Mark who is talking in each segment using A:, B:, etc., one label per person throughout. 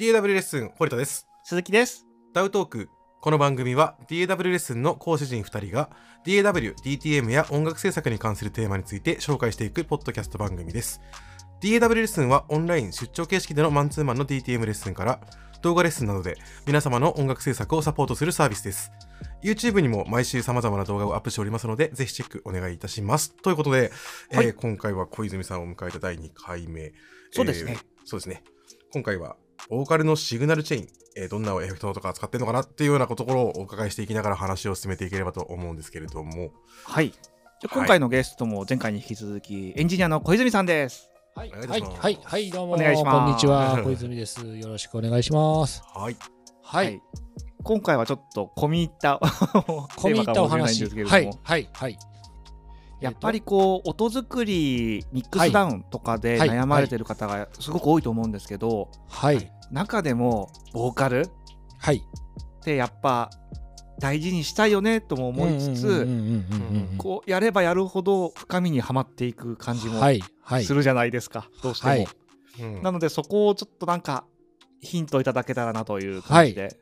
A: DAW レッスン堀田です
B: 鈴木です。
A: ダウトークこの番組は DAW レッスンの講師陣2人が DAW、DTM や音楽制作に関するテーマについて紹介していくポッドキャスト番組です。DAW レッスンはオンライン出張形式でのマンツーマンの DTM レッスンから動画レッスンなどで皆様の音楽制作をサポートするサービスです。YouTube にも毎週様々な動画をアップしておりますので、ぜひチェックお願いいたします。ということで、えー
B: はい
A: 今回は小泉さんを迎えた第2回目。
B: そうですね
A: えーそうですね。今回は、ボーカルのシグナルチェイン、えーどんなエフェクトとか使ってるのかなっていうようなところをお伺いしていきながら話を進めていければと思うんですけれども。
B: はい。じゃ
A: はい
B: 今回のゲストも前回に引き続きエンジニアの小泉さんです。
C: は
A: お
C: い、
A: 願いい
C: は
A: たし
C: い、
A: ます
C: はい、はい、どうも、
B: お願いします
C: こんにちは、小泉です。よろしくお願い します。
A: はい。
C: はい、
B: 今回はちょっと込み入った
C: 込み入った
B: テ
C: お話、
B: ーマかもしれないんですけれども
C: はい、はい、はい、
B: やっぱりこう音作りミックスダウンとかで
C: はい
B: 悩まれてる方がすごく多いと思うんですけど、
C: はい、
B: 中でもボーカルっ
C: はい、
B: てやっぱ大事にしたいよねとも思いつつ、
C: うんうんうんうんうん
B: こうやればやるほど深みにはまっていく感じも
C: はい、はい
B: す、るじゃないですか、どうしても。
C: はい
A: うん
B: なのでそこをちょっとなんかヒントいただけたらなという感じで、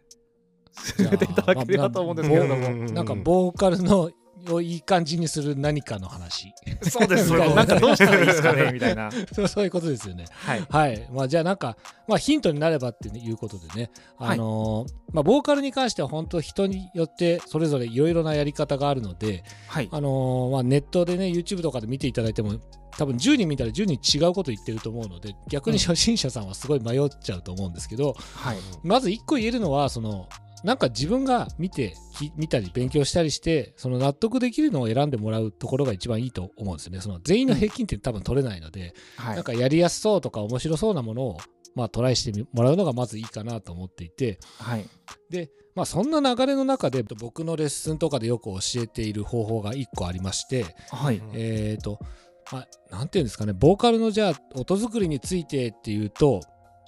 B: 進めていただければと思うんですけれど
A: じゃあまあ
B: も、
C: なんかボーカルのをいい感じにする何かの話、
B: そうですそうです
C: な
B: なんん
C: か
B: かどうしたらいいですかねみたいな。
C: そうそういうことですよね。
B: はい
C: はい、まあ、じゃあなんか、まあ、ヒントになればっていうことでね、
B: はい
C: あのーまあ、ボーカルに関しては本当人によってそれぞれいろいろなやり方があるので、
B: はい
C: あのーまあ、ネットでね YouTube とかで見ていただいても多分10人見たら10人違うこと言ってると思うので逆に初心者さんはすごい迷っちゃうと思うんですけど、
B: はい
C: まず1個言えるのはそのなんか自分が見てき見たり勉強したりしてその納得できるのを選んでもらうところが一番いいと思うんですよね。その全員の平均点多分取れないので、
B: はい
C: なんかやりやすそうとか面白そうなものを、まあ、トライしてみもらうのがまずいいかなと思っていて、
B: はい
C: まあ、そんな流れの中で僕のレッスンとかでよく教えている方法が1個ありまして、
B: はい
C: えーと、まあ、なんていうんですかね、ボーカルのじゃあ、音作りについてっていうと、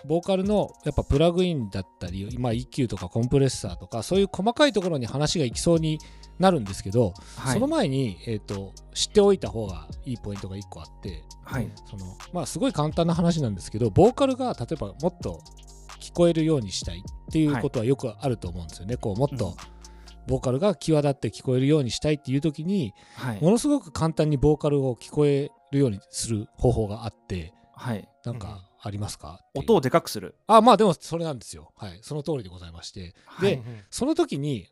C: ボーカルのやっぱプラグインだったり、まあ、EQ とかコンプレッサーとか、そういう細かいところに話がいきそうになるんですけど、
B: はい
C: その前に、えー、と知っておいた方がいいポイントが1個あって、
B: はい
C: そのまあ、すごい簡単な話なんですけど、ボーカルが例えばもっと聞こえるようにしたいっていうことはよくあると思うんですよね。こうもっ
B: うん
C: とボーカルが際立って聞こえるようにしたいっていう時に、
B: はい
C: ものすごく簡単にボーカルを聞こえるようにする方法があって
B: はい
C: なんかありますか、
B: 音
C: を
B: をでかくする。
C: あまあでもそれなんですよはいその通りでございまして
B: は
C: で
B: い
C: その時に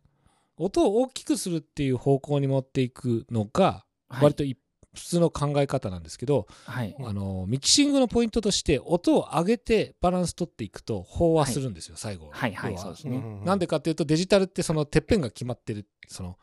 C: 音を大きくするっていう方向に持っていくのが
B: はい
C: 割とい普通の考え方なんですけど、
B: はい
A: うん
C: あのミキシングのポイントとして音を上げてバランス取っていくと飽和するんですよ、最後
B: はいはい
C: 要
B: そうですね
A: うんうんうん
C: なんでかっていうとデジタルってそのてっぺんが決まってるその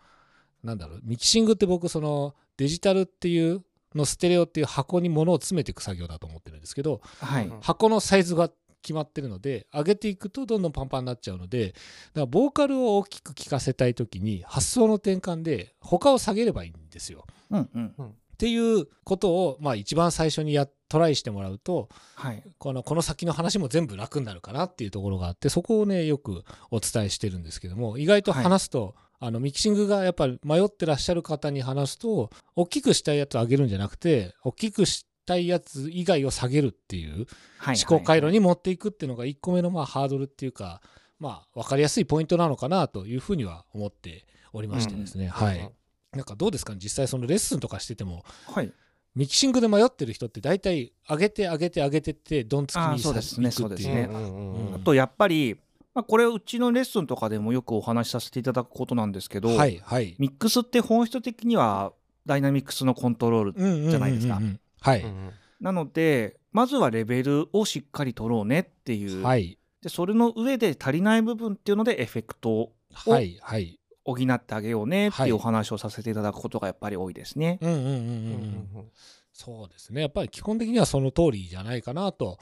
C: なんだろうミキシングって僕そのデジタルっていうのステレオっていう箱に物を詰めていく作業だと思ってるんですけど
B: はい
A: うん
C: 箱のサイズが決まってるので上げていくとどんどんパンパンになっちゃうのでだからボーカルを大きく聞かせたい時に発想の転換で他を下げればいいんですよ。
B: うんうん
C: っていうことを、まあ、一番最初にやトライしてもらうと
B: はい
C: このこの先の話も全部楽になるかなっていうところがあってそこをねよくお伝えしてるんですけども意外と話すと、あのミキシングがやっぱり迷ってらっしゃる方に話すと大きくしたいやつを上げるんじゃなくて大きくしたいやつ以外を下げるっていう
B: はい
C: 思考回路に持っていくっていうのが1個目のまあハードルっていうかまあ分かりやすいポイントなのかなというふうには思っておりましてですね、はい。なんかどうですかね実際そのレッスンとかしてても
B: はい
C: ミキシングで迷ってる人って大体上げて上げて上げてってどんつき
B: あー
C: に
B: そうですね
C: さ行くってい
B: そうですね
A: うん
B: あとやっぱりまあこれうちのレッスンとかでもよくお話しさせていただくことなんですけど、
C: はいはい。
B: ミックスって本質的にはダイナミックスのコントロール
C: じ
B: じゃないですか。
C: は
A: う
C: い。
A: ん
B: なのでまずはレベルをしっかり取ろうねっていう、
C: はい。
B: でそれの上で足りない部分っていうのでエフェクトを
C: はい。はい。
B: 補ってあげようねって
C: はいいう
B: お話をさせていただくことがやっぱり多いですね。
C: うんうんうんうんうん。そうですね。やっぱり基本的にはその通りじゃないかなと、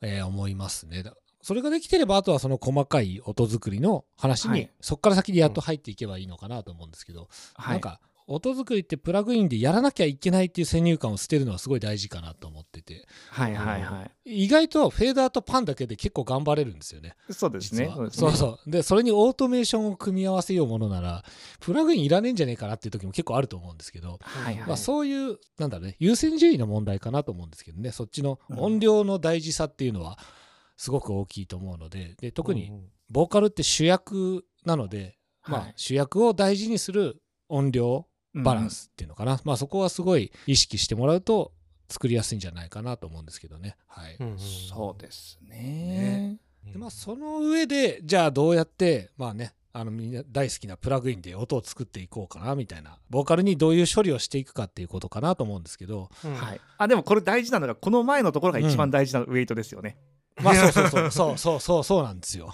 C: えー思いますね。だそれができてれば、あとはその細かい音作りの話に、
B: はい
C: そこから先でやっと入っていけばいいのかなと思うんですけど、
B: はい、
C: なんか、音作りってプラグインでやらなきゃいけないっていう先入観を捨てるのはすごい大事かなと思ってて、
B: はいはいはい、
C: 意外とフェーダーとパンだけで結構頑張れるんですよね。
B: そうですね。
C: 実は
B: ですね
C: そうそうでそれにオートメーションを組み合わせようものならプラグインいらねえんじゃねえかなっていう時も結構あると思うんですけど、
B: はいはい
C: まあ、そういうなんだろうね優先順位の問題かなと思うんですけどねそっちの
B: うん
C: 音量の大事さっていうのはすごく大きいと思うのでで特
A: う
C: に
A: んうん
C: ボーカルって主役なので、ま
B: は
C: あ
B: い、
C: 主役を大事にする音量バラン
B: ス
C: スっていうのかな、まあ、そこはすごい意識してもらうと作りやすいんじゃないかなと思うんですけどね。はい
A: うんうん
B: そうですね
C: ねでまあ、その上でじゃあどうやってまあねあのみんな大好きなプラグインで音を作っていこうかなみたいなボーカルにどういう処理をしていくかっていうことかなと思うんですけど
A: うん
B: はい、あでもこれ大事なのがこの前のところが一番大事なウェイトですよね、
C: まあそうそうそうそうそうそうそうなんですよ。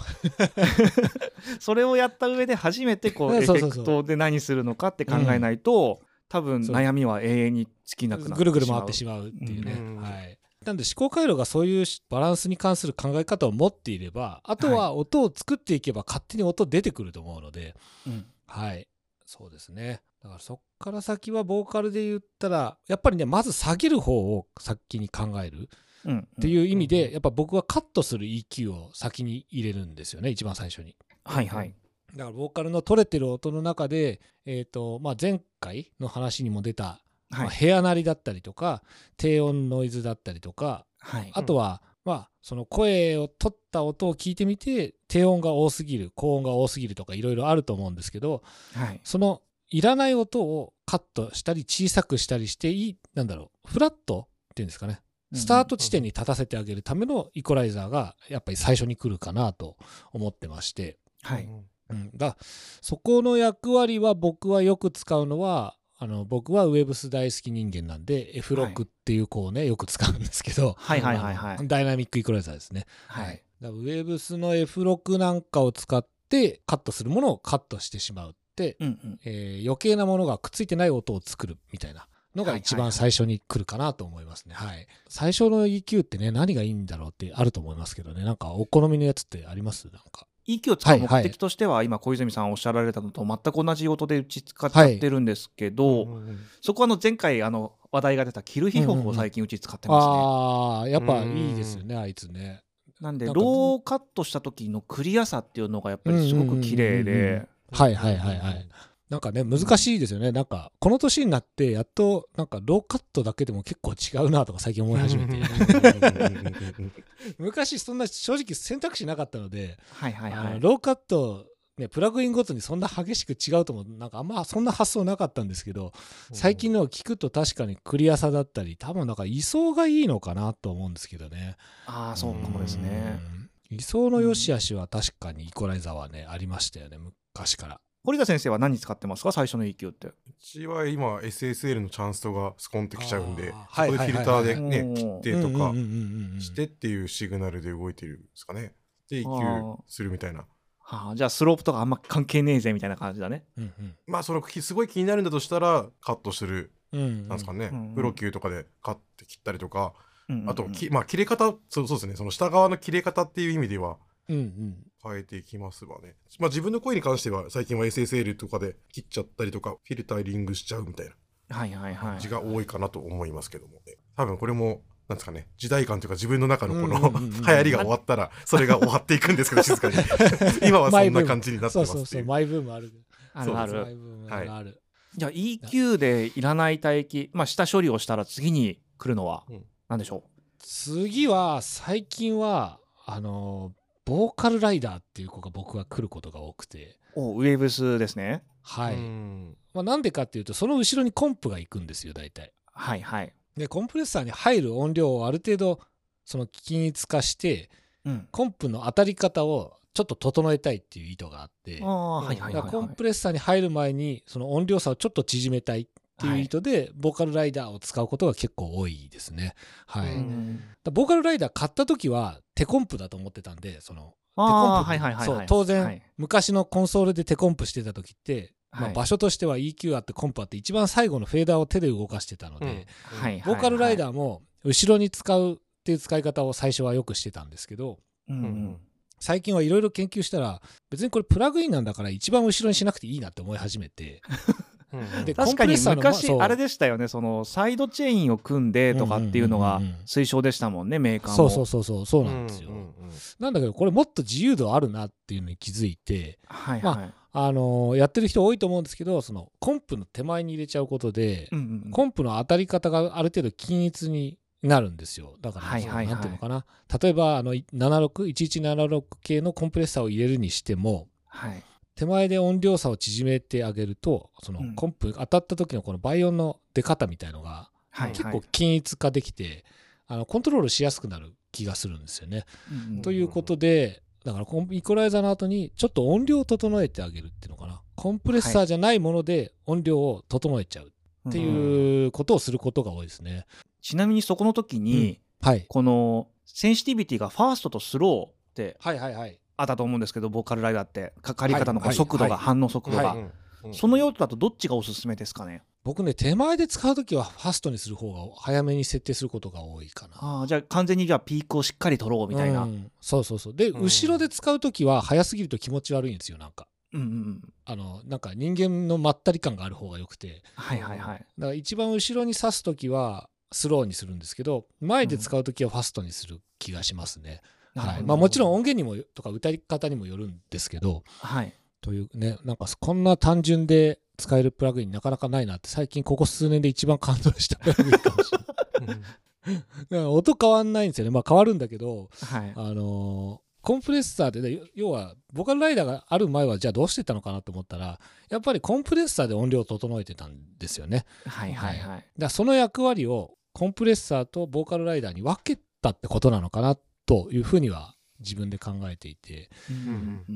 B: それをやった上で初めてこう
C: う
B: エ
C: ん
B: フ
C: そう
B: ェ
C: そうそ
B: ク
C: う
B: トで何するのかって考えないと、多分
C: そう
B: 悩みは永遠に尽きなくなってしまう
C: ぐるぐる回ってしまうっていうね。
A: うん
C: はいなんで思考回路がそういうバランスに関する考え方を持っていればあとは音を作っていけば勝手に音出てくると思うので、
B: うん
C: はい、そうですね。だからそっから先はボーカルで言ったら、やっぱりね、まず下げる方を先に考える
B: うんっ
C: っ
B: う
C: て
B: ん
C: いう意味
A: うん
C: で、やっぱ僕はカットする EQ を先に入れるんですよね、一番最初に。
B: はいはい
C: だからボーカルの取れてる音の中で、えーとまあ、前回の話にも出た、
B: は
C: まあ
B: い
C: 部屋鳴りだったりとか、低音ノイズだったりとか、
B: はい
C: あとは、まあ、その声を取った音を聞いてみて、低音が多すぎる、高音が多すぎるとかいろいろあると思うんですけど、
B: はい
C: そのいらない音をカットしたり小さくしたりしていい、なんだろう、フラットっていうんですかね。スタート地点に立たせてあげるためのイコライザーがやっぱり最初に来るかなと思ってまして。
B: は
A: う
B: い
A: ん
C: うん、だそこの役割は僕はよく使うのは、あの僕はウェブス大好き人間なんで F ロックっていう子をね、よく使うんですけど、
B: はいはいはいはい
C: あのダイナミックイコライザーですね。
B: はい
C: だからウェブスの F ロックなんかを使ってカットするものをカットしてしまうって
B: うんうん
C: えー余計なものがくっついてない音を作るみたいなのが一
B: はいはいはい
C: 番最初に来るかなと思いますね。はい最初の EQ ってね、何がいいんだろうってあると思いますけどね、なんかお好みのやつってありますなんか。
B: 息を使う
C: はいは
B: 目
C: い
B: 的としては今小泉さんおっしゃられたのと全く同じ用途で打ち使っちゃってるんですけど、
A: うんうん
B: そこはあの前回あの話題が出たキルヒホフを最近うち使ってますね、
C: ああ、やっぱいいですよね、あいつね。
B: なんで
C: な
B: ロ
C: ん
B: ーカ
C: か
B: ットした時のクリアさっていうのがやっぱりすごく綺麗
C: うんうんうんうん
B: で
C: はいはいはいはい。なんかね、難しいですよね。なんか、この年になって、やっと、なんか、ローカットだけでも結構違うなとか最近思い始めて。昔、そんな正直選択肢なかったので、
B: はいはい
C: あ
B: は
C: の
B: い
C: ローカット、ね、プラグインごとにそんな激しく違うともなんかあんまそんな発想なかったんですけど最近のを聞くと確かにクリアさだったり多分なんか位相がいいのかなと思うんですけどね
B: ああそうかもですね
C: うん位相の良し悪しは確かにイコライザーはねありましたよね昔から
B: 堀田先生は何使ってますか最初の EQ って
A: うちは今 SSL のチャンストがスコンってきちゃうんで、
C: あ
A: そ
C: ー
A: こでフィルターで
B: はいはいはい
A: ね、
B: はい
A: 切ってとか
C: うんうんうんうんうん
A: してっていうシグナルで動いてるんですかね。で、
B: あ
A: EQ
B: ー
A: するみたいな。
B: はあじゃあスロープとかあんま関係ねえぜみたいな感じだね
C: うんうん
A: まあ、その、きすごい気になるんだとしたら、カットする、
C: うんうん
A: なんですかね
B: うんうん。
A: プロ級とかでカッて切ったりとか、
B: うんうんうん
A: あと、きまあ、切れ方、そうそうですね、その下側の切れ方っていう意味では、
C: うんうん
A: 変えていきますわね。まあ自分の声に関しては最近は SSL とかで切っちゃったりとかフィルタリングしちゃうみたいな
B: はいはいはい
A: 感じが多いかなと思いますけども、ね、多分これもなんですかね時代感というか自分の中のこの
C: うんうんうんうん
A: 流行りが終わったらそれが終わっていくんですけど静かに今はそんな感じになって
C: そう
A: ます
C: そう
A: って
C: そ
A: いうう。
C: マイブームある
B: あるあ
A: そう
C: マイ
B: る
C: ブームあるある
B: じゃあ EQ でいらない帯域まあ下処理をしたら次に来るのは
A: うん
B: 何でしょ
C: 次は最近はあのボーカルライダーっていう子が僕は来ることが多くて
B: うおウェーブスですね
C: はい、
A: うん
C: まあ、なんでかっていうとその後ろにコンプが行くんですよ大体
B: はいはい
C: でコンプレッサーに入る音量をある程度その均一化して
B: うん
C: コンプの当たり方をちょっと整えたいっていう意図があって
B: ああはいはい
C: だ
B: は
C: から
B: い
C: コ
B: は
C: ン
B: い
C: プレッサーに入る前にその音量差をちょっと縮めたいっていう意図で、ボーカルライダーを使うことが結構多いですねはい、
A: う
B: うん
C: だか
B: ん
C: らボーカルライダー買った時は手コンプだと思ってたんでその
B: ああ
C: テコンプ
B: はいはいはいはい
C: そう当然、
B: はい
C: 昔のコンソールでテコンプしてた時って、ま
B: は
C: あ、
B: い
C: 場所としては EQ あってコンプあって一番最後のフェーダーを手で動かしてたので、
A: うん
B: はい
C: ボーカルライ
B: ー
C: ダーも後ろに使うっていう使い方を最初はよくしてたんですけど
B: うんう
A: うん
B: ん
C: 最近はいろいろ研究したら別にこれプラグインなんだから一番後ろにしなくていいなって思い始めて
A: うん
C: で
B: 確か
C: コンプ
B: に
C: レッサーのま
B: 昔
C: そう
B: あれでしたよねそのサイドチェインを組んでとかっていうのが
C: うんうんうんうん
B: 推奨でしたもんねメーカーも
C: そうそうそうそうそうなんですよ、
A: ううんうん
C: なんだけどこれもっと自由度あるなっていうのに気づいて
B: はい
C: ま
B: はい、
C: あのやってる人多いと思うんですけどそのコンプの手前に入れちゃうことで
B: うんうんうん
C: コンプの当たり方がある程度均一になるんですよ。だから、
B: はいはいはい
C: そのなんていうのかな。例えば、あの、76、1176系のコンプレッサーを入れるにしても、
B: はい。
C: 手前で音量差を縮めてあげると、その
B: うん
C: コンプ、当たった時のこの倍音の出方みたいのが、
B: はい。
C: 結構均一化できて、あの、コントロールしやすくなる気がするんですよね。
B: うんうん
C: ということで、だからコンイコライザーの後にちょっと音量を整えてあげるっていうのかな。コンプレッサーじゃないもので音量を整えちゃうっていうことをすることが多いですね。
B: ちなみにそこの時に、
C: はい。
B: このセンシティビティがファーストとスローって
C: はいはいはい。
B: あったと思うんですけどボーカルライダーってかかり方のこ
C: は
B: う
C: い
B: 速度
C: は
B: が
C: い
B: 反応速度
A: は
B: が
A: いうん
B: その用途だとどっちがおすすめですかね
C: 僕ね、手前で使うときはファストにする方が早めに設定することが多いかな。
B: ああじゃあ完全にじゃあピークをしっかり取ろうみたいな、う、
C: うんんそうそうそう。で、
A: うん
C: 後ろで使うときは早すぎると気持ち悪いんですよ、なんか。
B: うんうん
C: あの、なんか人間のまったり感がある方が良くて。
B: はいはいはい
C: だから一番後ろに刺すときはスローにするんですけど、前で使うときはファストにする気がしますね。
B: なる
C: は
B: ほ
C: い。
B: ど
C: まあもちろん音源にもよとか歌い方にもよるんですけど、
B: はい
C: というね、なんかこんな単純で使えるプラグインなかなかないなって最近ここ数年で一番感動した プラグインかもしれない。
A: うん
C: だから音変わんないんですよね。まあ変わるんだけど、
B: はい
C: あのーコンプレッサーでね、よ要はボーカルライダーがある前はじゃあどうしてたのかなと思ったら、やっぱりコンプレッサーで音量を整えてたんですよね。
B: はいはいはい
C: だからその役割をコンプレッサーとボーカルライダーに分けたってことなのかなというふうには自分で考えていて、
B: うんうん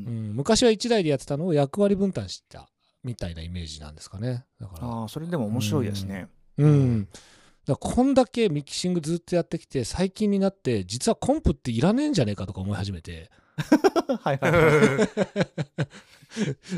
B: う
C: うんん、昔は1台でやってたのを役割分担したみたいなイメージなんですかねだから
B: ああそれでも面白いですね
C: うんだからこんだけミキシングずっとやってきて最近になって実はコンプっていらねえんじゃねえかとか思い始めて
B: はいは
A: う
B: い はい
A: ん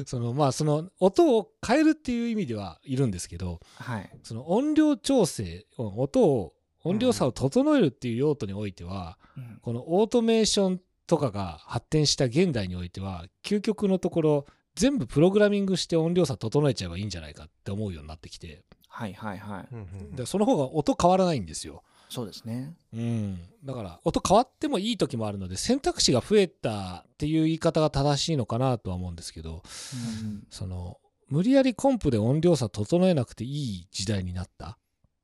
C: そのまあその音を変えるっていう意味ではいるんですけど
B: はい
C: その音量調整うん音を音量差を整えるっていう用途においては、
B: うん
C: このオートメーションとかが発展した現代においては究極のところ全部プログラミングして音量差整えちゃえばいいんじゃないかって思うようになってきて
B: はいはいはい
A: うん
C: でその方が音変わらないんですよ。
B: そうですね
C: うん、だから音変わってもいい時もあるので選択肢が増えたっていう言い方が正しいのかなとは思うんですけど
B: うん
C: その無理やりコンプで音量差整えなくていい時代になった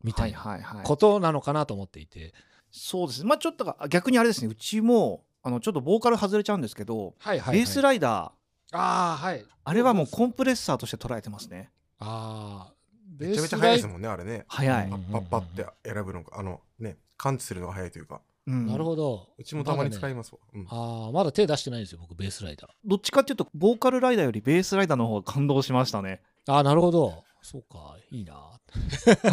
C: みた
B: はい
C: いな
B: はいはい
C: ことなのかなと思っていて
B: そうですねまあちょっとが逆にあれですねうちもあのちょっとボーカル外れちゃうんですけど
C: はい
B: ベ
C: はいはい
B: ースライダー
C: あーはい
B: あれはもうコンプレッサーとして捉えてますね。
C: あー
A: めちゃめちゃ早いです
C: ベースライ
A: もんねあれね
B: 早
C: う
B: い
A: パ
C: ん。
A: ッパッパって選ぶのがあのね感知するのが早いというか
B: うん
C: なるほど。
A: うちもたまに使い
C: ま
A: ますわうん
C: だねああ、まだ手出してないんですよ、僕、ベースライダー。
B: どっちかっていうと、ボーカルライダーよりベースライダーの方が感動しましたね。
C: ああ、なるほど。そうか、いいな。
B: ベ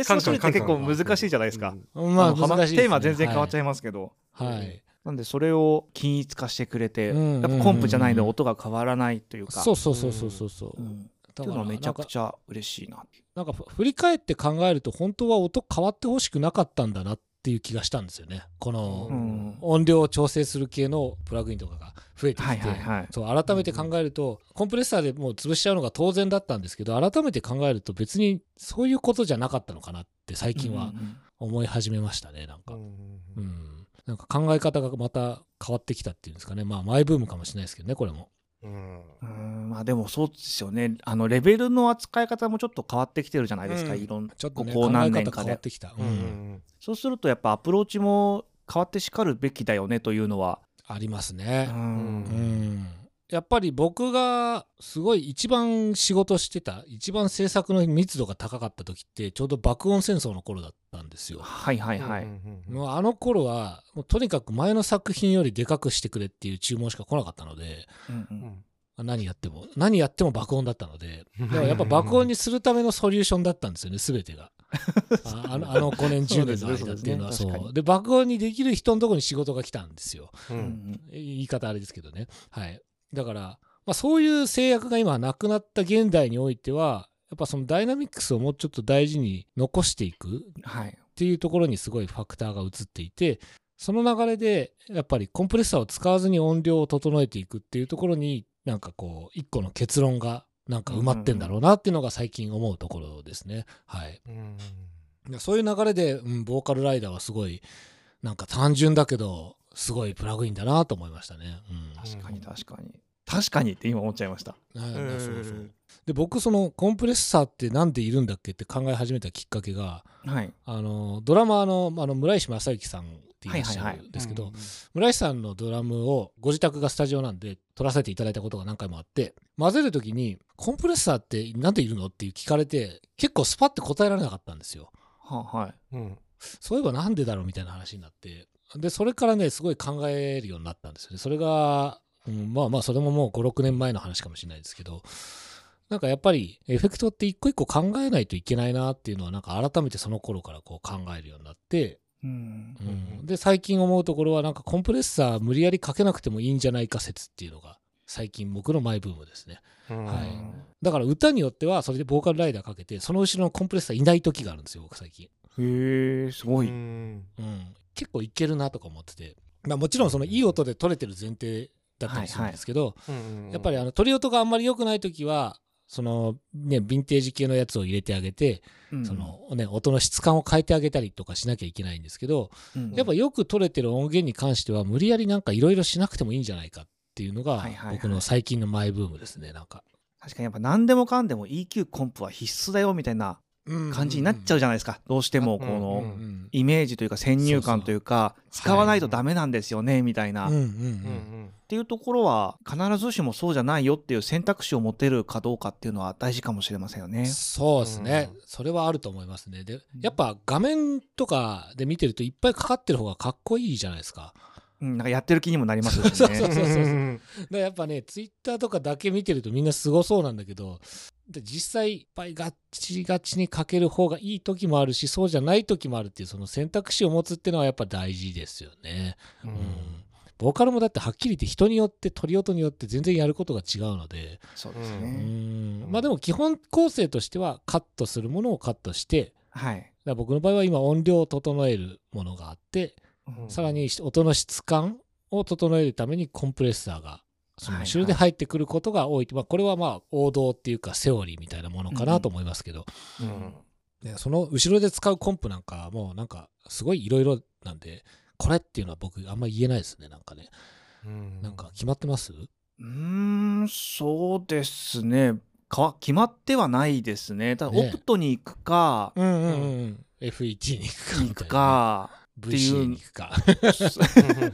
B: ースの処理って結構
A: カンカンカンカン
B: 難しいじゃないですか。
C: まあ、
B: の
C: 難しいですね、
B: テーマ全然変わっちゃ
C: い
B: いますけど。
C: はい。はい
B: なんで、それを均一化してくれて、
C: うんうんうん
B: やっぱコンプじゃないので音が変わらないというか。
C: そうそうそうそうそうそう。
B: うんって
C: だ
B: いう
C: から
B: のはめちゃく
C: ゃ
B: ちゃ嬉しいなっていう。
C: なんかなんか振り返って考えると本当は音変わってほしくなかったんだなっていう気がしたんですよねこ
A: う
B: う
A: な
C: の
A: ん
B: ん。
C: 音量を調整する系のプラグインとかが増えてきて、
B: はいはいはい。
C: そう改めて考えると、コンプレッサーでもう潰しちゃうのが当然だったんですけど改めて考えると別にそういうことじゃなかったのかなって最近
B: う
C: は
B: んうんうん
C: 思い始めましたねなんか
A: う。
C: うんん、なんか考え方がまた変わってきたっていうんですかねまあマイブームかもしれないですけどねこれも
A: うん
B: うんまあでもそうですよねあのレベルの扱い方もちょっと変わってきてるじゃないですか、
C: うん
B: いろんな
C: ちょっと、ね、
B: こ
C: 考
B: こ
C: え
B: 何
C: 方
B: 年
C: 変
B: か
C: わ
B: で
C: ってきた、
A: う
C: うんん
A: うん
B: そうするとやっぱアプローチも変わってしかるべきだよねというのは。
C: あります
B: う
C: ね、
B: ん
A: う
C: うんやっぱり僕がすごい一番仕事してた一番制作の密度が高かった時ってちょうど爆音戦争の頃だったんですよ、
B: はいはいは
A: う
B: い。
A: んうんうん
C: もうあの頃はもうとにかく前の作品よりでかくしてくれっていう注文しか来なかったので
B: うんう
A: うんん
C: 何やっても何やっても爆音だったので
A: うん
C: でもやっぱ爆音にするためのソリューションだったんですよね、すべてが。ああのあの5年、
B: そ
C: 10
B: うで
C: 年
B: すね
C: の間っていうのは
B: そ
C: そう
B: ですね
C: う。
B: 確かに
C: で、爆音にできる人のところに仕事が来たんですよ。
A: う
B: うんん
C: 言い方あれですけどね。はい。だから、まあ、そういう制約が今なくなった現代においては、やっぱそのダイナミックスをもうちょっと大事に残していくっ
B: はい。
C: ていうところにすごいファクターが移っていて、その流れで、やっぱりコンプレッサーを使わずに音量を整えていくっていうところに、なんかこう、一個の結論が、なんか埋まってんだろうなっていうのが最近思うところですね。はい。
A: うん
C: いやそういう流れで、うん、ボーカルライダーはすごい、なんか単純だけど、すごいプラグインだなと思いましたね。うん
B: 確かに確かに。確かにって今思っちゃいました。
C: なんだ
A: うん
C: そうそうで僕そのコンプレッサーってなんでいるんだっけって考え始めたきっかけが
B: はい。
C: あのドラマーのあの村石正幸さんっていらっしゃ
B: はいはい
C: る
B: はい
C: んですけど、村石さんのドラムをご自宅がスタジオなんで撮らせていただいたことが何回もあって混ぜる時にコンプレッサーってなんでいるのって聞かれて結構スパッて答えられなかったんですよ。
B: はあ、はい。
A: うん
C: そういえばなんでだろうみたいな話になってでそれからねすごい考えるようになったんですよねそれが、うん、まあまあそれももう56年前の話かもしれないですけどなんかやっぱりエフェクトって一個一個考えないといけないなっていうのはなんか改めてその頃からこう考えるようになって、
B: うん
C: う。
A: うんうん
C: ん、で最近思うところはなんかコンプレッサー無理やりかけなくてもいいんじゃないか説っていうのが最近僕のマイブームですね
A: うん
C: はい
A: うん
C: だから歌によってはそれでボーカルライダーかけてその後ろのコンプレッサーいない時があるんですよ僕最近
B: へえ、すごい。
A: うん
C: うん、結構いけるなとか思ってて、まあ、もちろんそのいい音で取れてる前提だったりするんですけど、
A: うん
C: やっぱりあの取り音があんまり良くない時はそのねヴィンテージ系のやつを入れてあげて、
B: うん
C: そ、のね、音の質感を変えてあげたりとかしなきゃいけないんですけど、
B: うん
C: やっぱよく取れてる音源に関しては無理やりなんかいろいろしなくてもいいんじゃないかっていうの
B: は
C: が
B: いはいはい
C: 僕の最近のマイブームですねなんか。
B: 確かにやっぱ何でもかんでも EQ コンプは必須だよみたいな感じになっちゃうじゃないですか。どうしてもこ
A: ゃ
C: うんう
B: の
C: ん
B: イメージというか先入観というか、
C: そうそう
B: 使わないとダメなんですよねみたいな。
C: うんうんう
B: っ
A: うん
C: ん
B: ていうところは必ずしもそうじゃないよっていう選択肢を持てるかどうかっていうのは大事かもしれませんよね。
C: そうですね、
A: うん
C: それはあると思いますねでやっぱ画面とかで見てるといっぱいかかってる方がかっこいいじゃないですか
B: うん、なんかやってる気にもなりますよ
C: そうそう
B: ね。
C: そうそう
A: うん
C: だからやっぱねツイッターとかだけ見てるとみんなすごそうなんだけどで実際いっぱいガッチガチにかける方がいい時もあるしそうじゃない時もあるっていうその選択肢を持つっていうのはやっぱ大事ですよね
A: う
C: うん、
A: ん
C: ボーカルもだってはっきり言って人によって取り音によって全然やることが違うので、
B: そうです
C: う
B: ね。
C: んまあでも基本構成としてはカットするものをカットして
B: はい。
C: だから僕の場合は今音量を整えるものがあって、
A: うん
C: さらに音の質感を整えるためにコンプレッサーがその後ろで入ってくることが多い、まあ、これはまあ王道っていうかセオリーみたいなものかなと思いますけど、
A: うん
C: ねその後ろで使うコンプなんかもうなんかすごいいろいろなんでこれっていうのは僕あんま言えないですねなんかね
A: うん
C: なんか決まってます
B: うーん、そうですね。か決まってはないですね。ただ、
C: ね
B: オプトに行くか、
C: うんうんうん FET に行
B: 行
C: く
B: くか、
C: か みたいなね VCA に行くか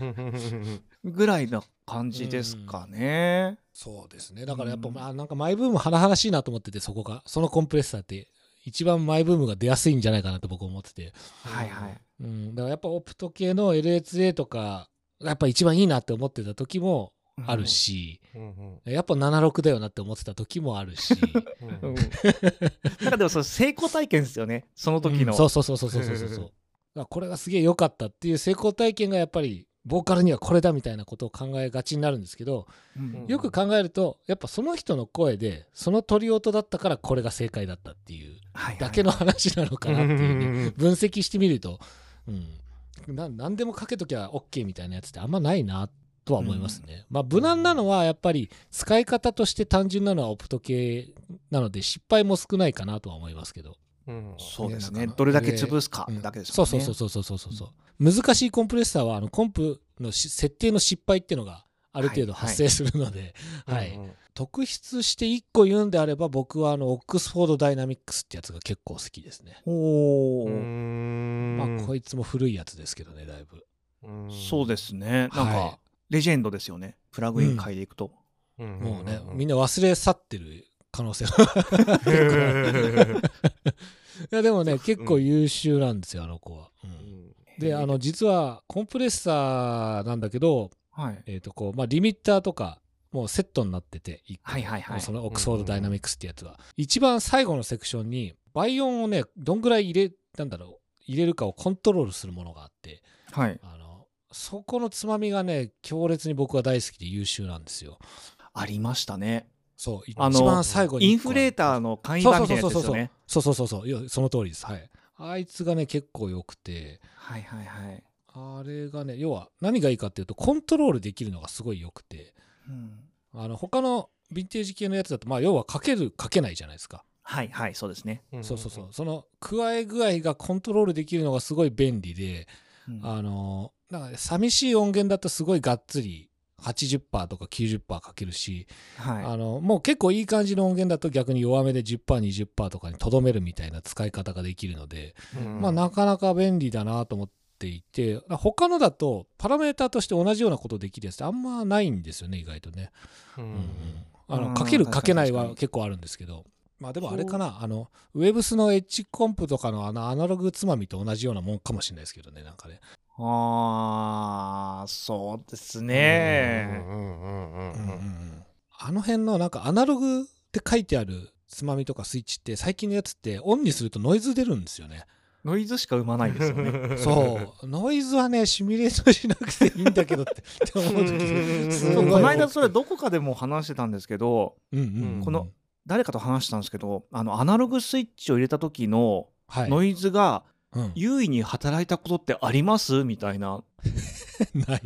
B: ぐらいな感じですかね。
C: そうですね。だからやっぱ、
B: うん
C: まあなんかマイブーム華々しいなと思ってて、そこが。そのコンプレッサーって、一番マイブームが出やすいんじゃないかなと僕思ってて。
A: うん
B: はいはい。
C: うん。だからやっぱオプト系の LSA とか、やっぱ一番いいなって思ってた時もあるし、
A: うんうん
C: やっぱ76だよなって思ってた時もあ るし。
A: うん
B: うん。なんかでもその成功体験ですよね。その時の。
C: うんそうそうそうそうそうそうそう。だからこれがすげえ良かったっていう成功体験がやっぱり、ボーカルにはこれだみたいなことを考えがちになるんですけど、
B: うん
C: よく考えると、やっぱその人の声で、その取り音だったからこれが正解だったっていう。
B: はいはい
C: だけの話なのかなってい
A: う
C: う
A: んうんう
C: ね
A: ん
C: 分析してみると、うん、な何でもかけときゃ OK みたいなやつってあんまないなとは思いますね、まあ無難なのはやっぱり使い方として単純なのはオプト系なので失敗も少ないかなとは思いますけど、
A: うん
B: そうですね
C: ねだから
B: どれだけ潰すか
C: うん
B: だけです
C: そ
B: も
C: うん
B: ね
C: そうそうそうそうそうそう、難しいコンプレッサーはあのコンプのし設定の失敗っていうのがある程度発生するので、はい
A: うん
C: 特筆して1個言うんであれば僕はあのオックスフォードダイナミックスってやつが結構好きですね
B: お
A: う
B: ー
A: ん
C: まあこいつも古いやつですけどねだいぶ
A: うん
B: そうですねなん
C: は
B: かレジェンドですよねプラグイン変えていくと
A: うん
C: もうね
A: うん
C: みんな忘れ去ってる可能性は いやでもね結構優秀なんですよあの子は、うんであの実はコンプレッサーなんだけど
B: はい
C: えっ、とこうまあリミッターとかもうセットになってて一個
B: はいはいはい
C: そのオックスフォードダイナミクスってやつは、一番最後のセクションに倍音をねどんぐらい入れなんだろう入れるかをコントロールするものがあって
B: はい
C: あのそこのつまみがね強烈に僕は大好きで優秀なんですよ
B: ありましたね
C: そう一
B: あの
C: 番最後に
B: インフレーター
C: の
B: の簡易版みたいなやつですよね
C: そうそうそうそういやその通りですはいあいつがね結構良くて
B: はいはいはい
C: あれがね要は何がいいかっていうとコントロールできるのがすごい良くて
B: うん
C: あの他のヴィンテージ系のやつだとまあ要はかけるかけないじゃないですか、
B: はいはいそうですね
A: うん
C: そうそうそうその加え具合がコントロールできるのがすごい便利で、
B: うん
C: あのなんか寂しい音源だとすごいがっつり80%とか90%かけるし、
B: は
C: あのもう結構いい感じの音源だと逆に弱めで 10%20% とかにとどめるみたいな使い方ができるので、
A: うん
C: まあ、なかなか便利だなと思っていて他のだとパラメーターとして同じようなことできるやつってあんまないんですよね意外とね。
A: う
C: うんんあ
B: う
C: の
B: ん
C: かける
B: 確かに
C: かけない
B: 確か
C: は
B: に
C: 結構あるんですけど。まあでもあれかな、あの、ウェブスのエッジコンプとかのあのアナログつまみと同じようなもんかもしれないですけどね、なんかね。
B: い、ああそうですね
A: うんうんうん
C: う
A: うんん
C: うんう
A: うん
C: んあの辺のなんかアナログって書いてあるつまみとかスイッチって最近のやつってオンにするとノイズ出るんですよね。
B: ノイズしか生まないですよ ね
C: そう。ノイズはね、シミュレーションしなくていいんだけどってって思う時す
B: そう
C: ごい
B: この間それどこかでも話してたんですけど
C: うんうんうん
B: この、誰かと話したんですけどあのアナログスイッチを入れた時の
C: はい、
B: ノイズが
C: うん
B: 優位に働いたことってありますみたいな
C: ない。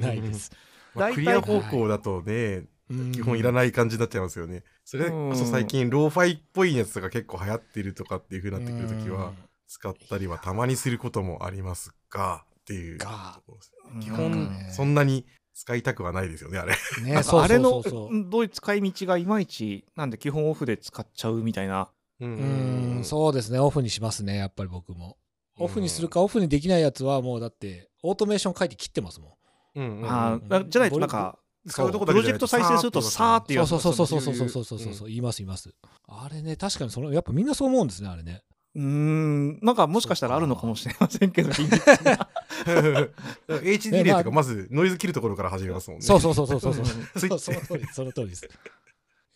C: ないで。す。
A: まあ
B: 大体
A: クリア方向だとね、基本いら
C: ない。
A: ない感じになっちゃいますよね。それこそ最近、ローファイっぽいやつとか結構流行ってるとかっていう風になってくるときは、使ったりはたまにすることもありますが、っていう。
C: が
A: 基
B: なん
C: か
A: 本
C: ね、
A: そんなに使いたくはないですよね、あれ。
C: うん。
B: な
C: ね、
B: ん
C: そ
B: か
C: う
B: あ
C: そ
B: れ
C: うそ
B: の
C: うそう。
B: どういう使い道がいまいちなんで基本オフで使っちゃうみたいな
A: う
C: うん、そうですね。オフにしますね、やっぱり僕も。オフにするか、オフにできないやつはもうだって、オートメーション書いて切ってますもん。
A: うんうん
B: あーなじゃないとなんか
A: 使うとこだ
B: プ
A: け
B: ロ
A: じ
B: ジ
A: ゃないと
B: ェクト再生するとさーっていうやつ
C: そうそうそうそうそうそ
A: そ
C: うそううそうそ
A: う
C: う言います言います。あれね、確かにその、やっぱみんなそう思うんですね、あれね。
B: うーんなんかもしかしたらあるのかもしれませんけ ど
A: HD 例とかまずノイズ切るところから始めますもんね。
C: そうそうそうそうそうそう。
A: スイ
C: そ
A: ッ
C: う その通りですその通りです。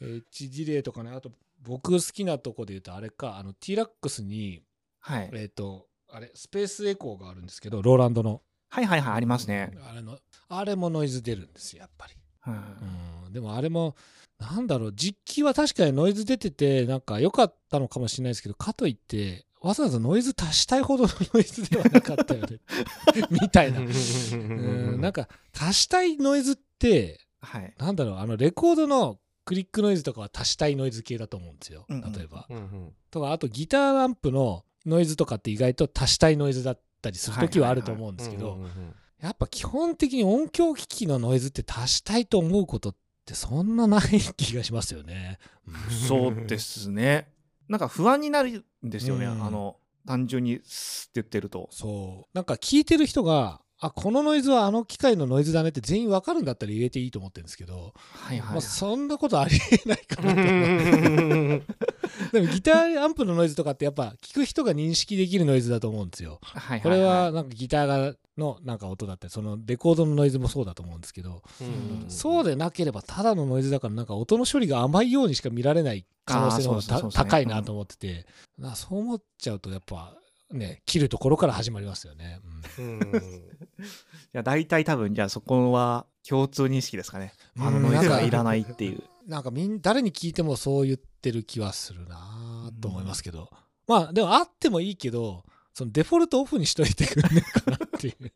C: H ディレイとかね、あと僕好きなとこで言うとあれか、あの T ラックスに、
B: はい
C: えっ、と、あれ、スペースエコーがあるんですけど、ローランドの。
B: はいはいはいありますね、
C: あれの、あれもノイズ出るんですよ、やっぱり。
B: うん
C: うん、でもあれも、なんだろう、実機は確かにノイズ出てて、なんか良かったのかもしれないですけど、かといって、わざわざノイズ足したいほどのノイズではなかったよ ね。みたいな。うん、なん
A: か、
C: か、足したいノイズって、
B: はい
C: なんだろう、あの、レコードのクリックノイズとかは足したいノイズ系だと思うんですよ、
B: うんうん
C: 例えば。
A: うんうん
C: とか、あとギターアンプのノイズとかって意外と足したいノイズだったりする時はあると思うんですけど、
A: うんうんうん
C: やっぱ基本的に音響機器のノイズって足したいと思うことってそんなない気がしますよね。
B: そうですね。なんか不安になるんですよね。
C: うん
B: あの単純にスって言ってると。
C: そう。なんか聞いてる人が、あ、このノイズはあの機械のノイズだねって全員わかるんだったら入れていいと思ってるんですけど、
B: はいはい
C: まあ、。そんなことありえないか なと思う
A: うん
C: でもギターアンプのノイズとかってやっぱ聞く人が認識できるノイズだと思うんですよ。
B: はい
C: これはなんかギターがのなんか音だってそのレコードのノイズもそうだと思うんですけど、
A: うん
C: そうでなければただのノイズだからなんか音の処理が甘いようにしか見られない可能性の
B: あーそう
C: 方
B: そうそう
C: が
B: そう
C: た高いなと思ってて、なそう思っちゃうとやっぱね切るところから始まりますよね。
A: うん
B: いや大体多分じゃあそこは共通認識ですかね。
C: うん
B: あのノイズがいら
C: い。
B: ないっていう。
C: なんかみん誰に聞いてもそう言ってる気はするなと思いますけど、まあでもあってもいいけどそのデフォルトオフにしといてくれないかなっ ていう。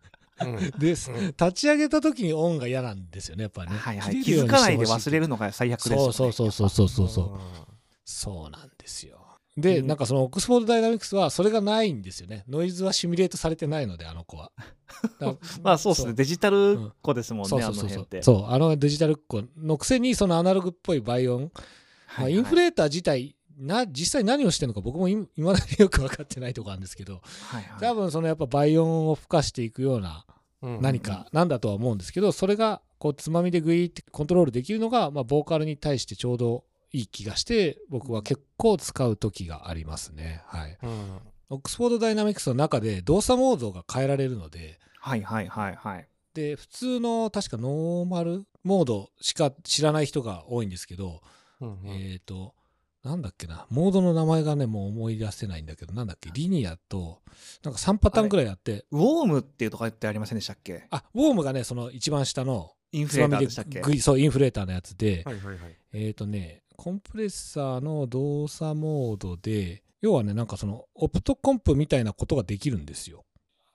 C: です
A: うん
C: 立ち上げた時にオンが嫌なんですよねやっぱりね。
B: はいはい。
C: 切
B: 気
C: れる
B: づ
C: ように
B: かな
C: し
B: い
C: てほ
B: で
C: し
B: 忘れるのが最悪ですよね。
C: そうそうそうそうそうそうそう。
A: う
C: そうなんですよ。で、
B: うん
C: なんかそのオックスフォードダイナミクスはそれがないんですよね。ノイズはシミュレートされてないので、あの子は。だ
B: まあそうですね。デジタル子ですもんね。
C: そう
B: あ
C: そ
B: の
C: うそう
B: 辺
C: そ
B: っ
C: う。
B: て。
C: そう、あのデジタルっ子のくせにそのアナログっぽい倍音。まあ、インフ
B: レ。
C: レーター自体、な実際何をしてるのか僕もいまだによく分かってないとこあるんですけど、
B: はいはい
C: 多分そのやっぱ倍音を付加していくようなん何かなんだとは思うんですけど、それがこうつまみでグイーってコントロールできるのが、まあ、ボーカルに対してちょうどいい気がして、僕は結構使う時がありますね。はい。
A: うん
C: オックスフォードダイナミクスの中で動作モードが変えられるので、
B: はいはいはいはい。
C: で、普通の確かノーマルモードしか知らない人が多いんですけど、
A: うんうん
C: えっ、と、なんだっけな、モードの名前がね、もう思い出せないんだけど、なんだっけ、リニアと、なんか3パターンくらいあって、
B: ウォームっていうとかってありませんでしたっけ？
C: あウォームがね、その一番下の、
B: インフ
C: つ
B: レ
C: ま
B: ーター
C: みで
B: でしたっけ？
C: グイ、そう、インフレーターのやつで、
A: はいはいはい。
C: えっ、とね、コンプレッサーの動作モードで、要はね、なんかその、オプトコンプみたいなことができるんですよ。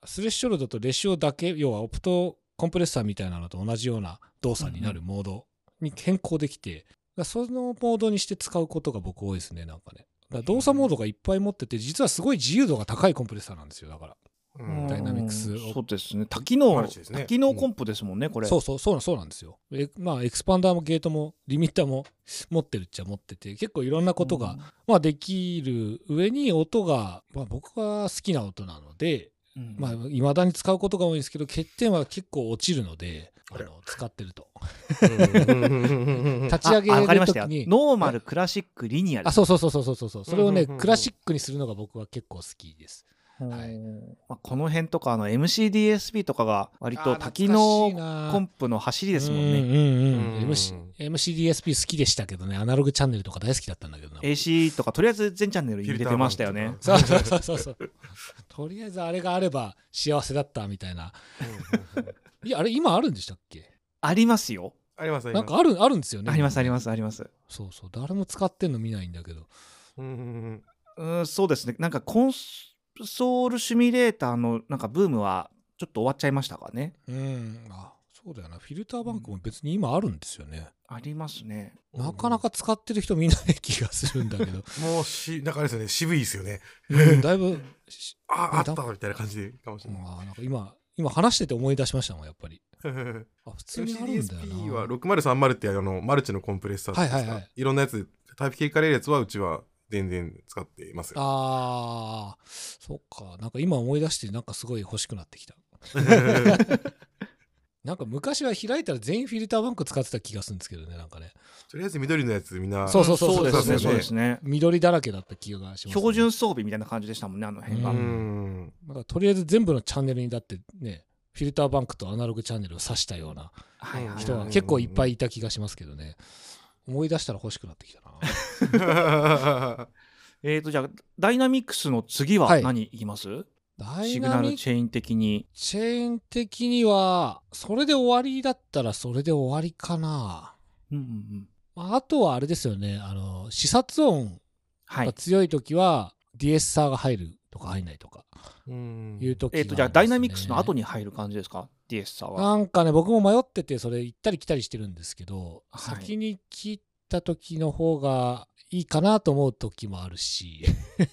C: スレッショルドとレシオだけ、要はオプトコンプレッサーみたいなのと同じような動作になるモードに変更できて、だからそのモードにして使うことが僕多いですね、なんかね。だから動作モードがいっぱい持ってて、実はすごい自由度が高いコンプレッサーなんですよ、だから。
A: うん
C: ダイナミクス
B: うんそうですね。多機能、
A: マルチですね
B: 多機能コンポですもんね、これ。
C: そうそうそうそうなんですよえまあエクスパンダーもゲートもリミッターも持ってるっちゃ持ってて結構いろんなことが、まあ、できる上に音が、まあ、僕は好きな音なので
B: うん。うん
C: まあ、未だに使うことが多いんですけど欠点は結構落ちるのであ
A: あれ
C: の使ってると
A: うん
C: 立ち上げ
B: あわかり
C: る
B: ました
C: とき
B: よ
C: に
B: ノーマル、クラシック、リニアル。
C: あそうそうそうそうそうそうそうそれをね、
A: うんうんうんうん
C: クラシックにするのが僕は結構好きです
B: うん
C: はい
B: まあこの辺とか、あの、MCDSP とかが、割と多機
C: あー懐かしい
B: 能
C: な
B: コンプの走りですもん
C: う
B: ね。
C: んうんうん
A: うん
C: MC MCDSP 好きでしたけどねアナログチャンネルとか大好きだったんだけどな
B: AC とか、とりあえず全チャンネル入れてましたよね。
C: そうそうそうそうそうとりあえずあれがあれば幸せだったみたいないうやあれ今あるんでしたっけ
B: ありますよ。
A: ありますあります
C: なんかあるあるんですよね
B: あります、あり
C: す
B: ます、あります。
C: そうそう誰も使ってんの見ないんだけど
A: うんうんうん
B: うん、そうですね。なんか、コンソールシミュレーターの、なんか、ブームは、ちょっと終わっちゃいましたかね。
C: うんあそうだよなフィルターバンクも別に今あるんですよね、
B: ありますね。
C: なかなか使ってる人見ない気がするんだけ ど、
A: もうしなんかあれですよね渋いですよね
C: うんだいぶし
A: ああったみたいな感じかもしれない
C: まあなんか今今話してて思い出しましたもんやっぱりあ普通にあるんだよ
A: CDSP は
C: な
A: 6030ってあのマルチのコンプレッサー
C: はいはいはい
A: いろんなやつタイプ切り替えれるやつはうちは全然使っていますよ
C: あーそっかなんか今思い出してなんかすごい欲しくなってきたなんか昔は開いたら全員フィルターバンク使ってた気がするんですけどねなんかね
A: とりあえず緑のやつみんな
C: そうそうそう
B: そうですね、
A: そ
B: そうう
A: で
B: ですすね。
C: 緑だらけだった気がします、ね、
B: 標準装備みたいな感じでしたもんね、あの辺
A: う
B: が。
A: ん
C: だからとりあえず全部のチャンネルにだってねフィルターバンクとアナログチャンネルを指したような
B: はいはいはい
C: 人は結構いっぱいいた気がしますけどね思い出したら欲しくなってきた な
B: えーと、じゃあ、ダイナミクスの次
C: は
B: はい何いきます、
C: ダ
B: シ
C: イ
B: グ
C: ナ
B: ナル
C: ミック
B: チェイン的に。
C: チェーン的にはそれで終わりだったらそれで終わりかな
B: うんうんうん
C: まああとはあれですよねあの視察音
B: は
C: が
B: い。
C: 強い時はディエッサーが入るとか入んないとか
A: うん
C: いう時が
B: えー
C: ありますね
B: と、じゃあ、ダイナミクスの後に入る感じですかディエッサーは。
C: なんかね僕も迷っててそれ行ったり来たりしてるんですけど、
B: はい
C: 先に切った時の方がいいかなと思う時もあ るし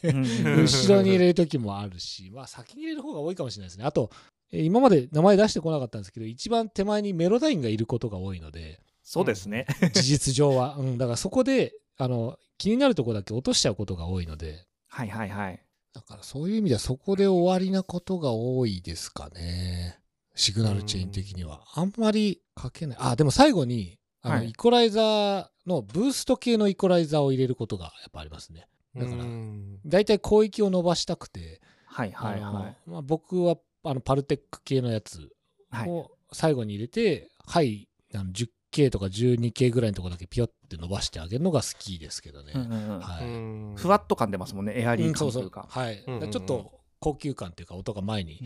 B: うんうんうん
C: 後ろに入れる時もあるしまあ先に入れる方が多いかもしれないですねあとえー今まで名前出してこなかったんですけど一番手前にメロダインがいることが多い ので
B: そうですね。
C: 事実上は、うん、だからそこであの気になるとこだけ落としちゃうことが多いので
B: はいはいはい。
C: だからそういう意味ではそこで終わりなことが多いですかねシグナルチェーン的にはあんまり書けないあでも最後にあの、
B: はい
C: イコライザーのブースト系のイコライザーを入れることがやっぱありますね だから
A: うん
C: だいたい広域を伸ばしたくて、
B: はいはい
C: あ
B: はい。
C: のまあ、僕はあのパルテック系のやつ
B: はい、
C: を最後に入れて、はい、あの 10K とか 12K ぐらいのところだけピョって伸ばしてあげるのが好きですけどね。
B: うんうんうん
C: はい
A: うん
B: ふわっと感出ますもんね、エアリー
C: うんそ
B: 感
C: う
B: とい
C: そ
B: う
C: う
B: か。
C: はい、だ
A: うんうんうん
C: からちょっと高級感というか音が前に、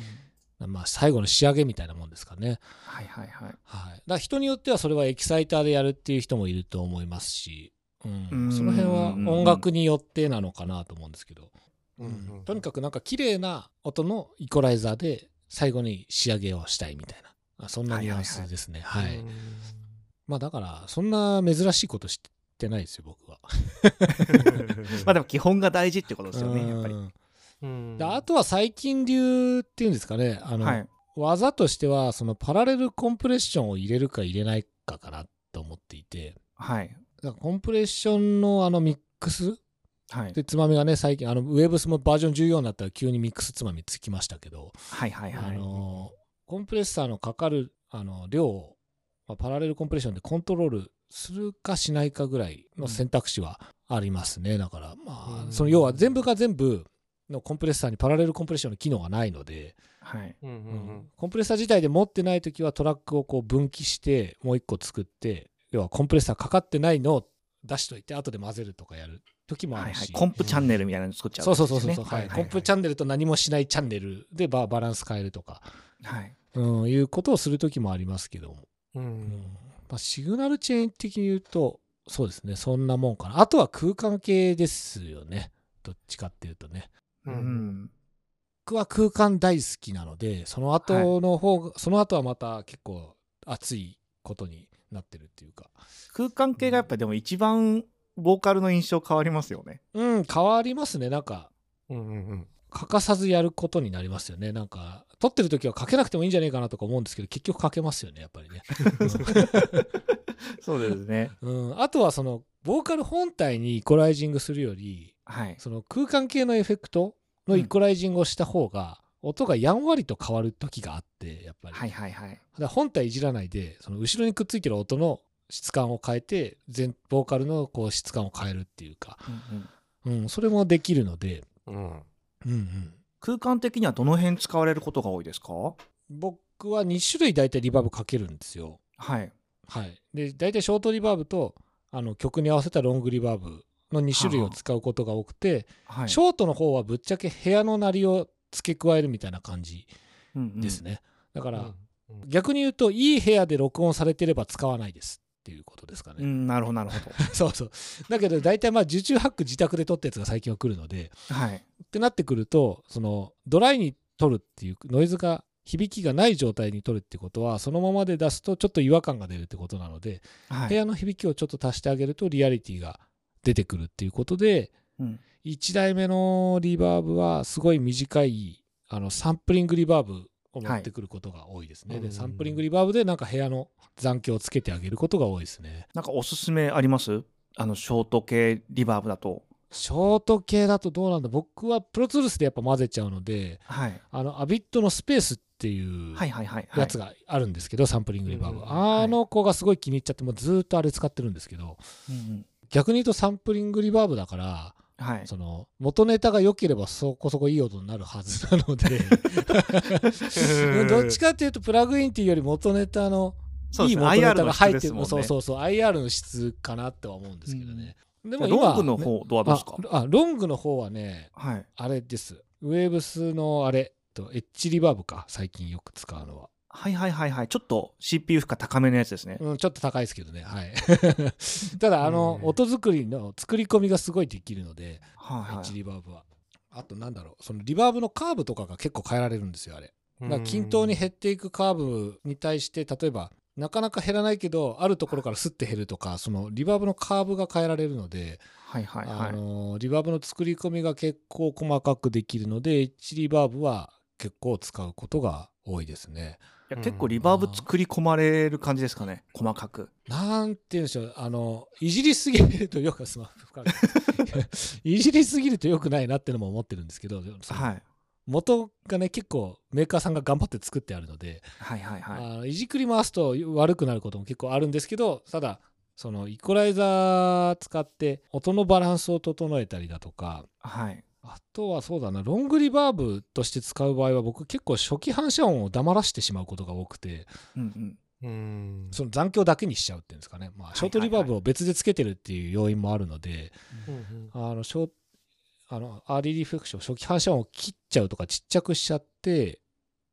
C: まあ、最後の仕上げみたいなもんですかね、
B: はいはいはい。
C: はい、だから人によってはそれはエキサイターでやるっていう人もいると思いますし、うん
B: うん
C: その辺は音楽によってなのかなと思うんですけど、
A: うんうん
C: とにかくなんか綺麗な音のイコライザーで最後に仕上げをしたいみたいなあそんなニュアンスですねは い、
A: うん
C: まあだからそんな珍しいことしてないですよ僕は。
B: まあでも、基本が大事ってことですよね、やっぱ
C: う
B: り。
C: ん
A: うん
C: であとは最近流っていうんですかねあの、
B: はい。
C: 技としてはそのパラレルコンプレッションを入れるか入れないかかなと思っていて
B: はい。
C: だからコンプレッションのあのミックス
B: はい。
C: でつまみがね最近あのウェブスもバージョン14になったら急にミックスつまみつきましたけど、
B: はいはい
C: あ
B: はい。
C: のコンプレッサーのかかるあの量を、まあパラレルコンプレッションでコントロールするかしないかぐらいの選択肢はありますね、だからまあ、
A: うん
C: その要は全部が全部のコンプレッサーにパラレルコンプレッションの機能がないので、
B: はい。
A: うんうん
C: コンプレッサー自体で持ってない時はトラックをこう分岐してもう一個作って要はコンプレッサーかかってないのを出しといて後で混ぜるとかやる時もあ
B: はい
C: るし、
B: はい、コンプチャンネルみたいなの作っちゃう、
C: そうそうそうそうそう、
B: は
C: はいい
B: は
C: コ
B: い
C: ンプチャンネルと何もしないチャンネルでババランス変えるとか、
B: はい
C: うん、いうことをする時もありますけども、
A: うんう
C: うん
A: ん
C: まあ、シグナルチェーン的に言うとそうですねそんなもんかなあとは空間系ですよねどっちかっていうとね
A: う
B: うんん
C: 僕は空間大好きなのでその後の方が、その後はまた結構熱いことになってるっていうか
B: 空間系がやっぱりでも一番ボーカルの印象変わりますよね。
C: うん変わりますねなんか
A: うんうん
C: 欠かさずやることになりますよね。なんか、撮ってる時は書けなくてもいいんじゃないかなとか思うんですけど、結局書けますよね、やっぱりね。
B: そうですね。
C: うん。あとは、その、ボーカル本体にイコライジングするより、
B: はい。
C: その空間系のエフェクトのイコライジングをした方が、音がやんわりと変わる時があって、やっぱり。
B: はいはいはい。
C: だから本体いじらないでその後ろにくっついてる音の質感を変えて全ボーカルのこう質感を変えるっていうか、
B: うんうん
C: うん、それもできるので、
A: うん。
C: うんうん、
B: 空間的にはどの辺使われることが多いですか
C: 僕は2種類大体リバーブかけるんですよ。
B: はい。
C: はい、で大体ショートリバーブとあの曲に合わせたロングリバーブの2種類を使うことが多くて、
B: はい。
C: ショートの方はぶっちゃけ部屋の鳴りを付け加えるみたいな感じ
B: うんうん
C: ですね。だから、
A: うん
C: 逆に言うといい部屋で録音されてれば使わないですっていうことですかね。
B: うん、なるほどなるほ
C: そうそう。だけど大体まあ受注ハック自宅で撮ったやつが最近は来るので、
B: ど。はい。
C: ってなってくると、そのドライに撮るっていうノイズが響きがない状態に撮るってことは、そのままで出すとちょっと違和感が出るってことなので、
B: は
C: 部
B: い。
C: 屋の響きをちょっと足してあげるとリアリティが出てくるっていうことで、
B: うん
C: 1台目のリバーブはすごい短いあのサンプリングリバーブを持ってくることが多いですね。
A: はい
C: で、サンプリングリバーブでなんか部屋の残響をつけてあげることが多いですね。
B: なんかおすすめありますあの、ショート系リバーブだと。
C: ショート系だとどうなんだ僕はプロツールスでやっぱ混ぜちゃうので
B: はい。
C: あのアビットのスペースっていう
B: はいはいはい。はい
C: やつがあるんですけど、サンプリングリバーブ、
A: うん
B: はい
C: あの子がすごい気に入っちゃってもうずーっとあれ使ってるんですけど
B: うん
C: 逆に言うとサンプリングリバーブだか
B: う
C: ら
B: んはい。
C: その元ネタが良ければそこそこいい音になるはずな のでどっちかっていうとプラグインっていうより元ネタの
B: そう
C: い
B: で
C: い
B: すね
C: 元ネ
B: IR
C: タ
B: の
C: が
B: 質
C: 入っ
B: です
C: て
B: もんね。
C: そうそうそう IR の質かなとは思うんですけどね、でも今
B: ロングの方、どうですか
C: ああロングの方はね
B: はい。
C: あれですウェーブスのあれとエッジリバーブか最近よく使うのは、
B: はいはいはいはい。ちょっと CPU 負荷高めのやつですね。
C: うん、ちょっと高いですけどねはい ただあの
A: うん
C: 音作りの作り込みがすごいできるので、
B: はい
C: エ
B: は
C: ッジ
B: い。
C: リバーブはあとなんだろうそのリバーブのカーブとかが結構変えられるんですよあれだから均等に減っていくカーブに対して例えばなかなか減らないけどあるところからスッて減るとかそのリバーブのカーブが変えられるので
B: はいはい
C: あ
B: はい。
C: のーリバーブの作り込みが結構細かくできるので、エッジリバーブは結構使うことが多いですね。
B: いや結構リバーブ作り込まれる感じですかね。細かく。
C: なんて言うんでしょう、あの、いじりすぎるとよく、すまん深い いじりすぎるとよくないなってのも思ってるんですけど、その
B: はい。
C: 元がね、結構メーカーさんが頑張って作ってあるので、
B: はいはい
C: あ
B: はい。
C: のいじくり回すと悪くなることも結構あるんですけど、ただ、そのイコライザー使って音のバランスを整えたりだとか、
B: はい。
C: あとはそうだな、ロングリバーブとして使う場合は、僕結構初期反射音を黙らしてしまうことが多くて、
B: うんうん。
A: うん
C: その残響だけにしちゃうっていうんですかね。まあ、ショートリバーブを別でつけてるっていう要因もあるので、
A: うん
C: あの、ショーあの、アーリーリフレクション、初期反射音を切っちゃうとか、ちっちゃくしちゃって、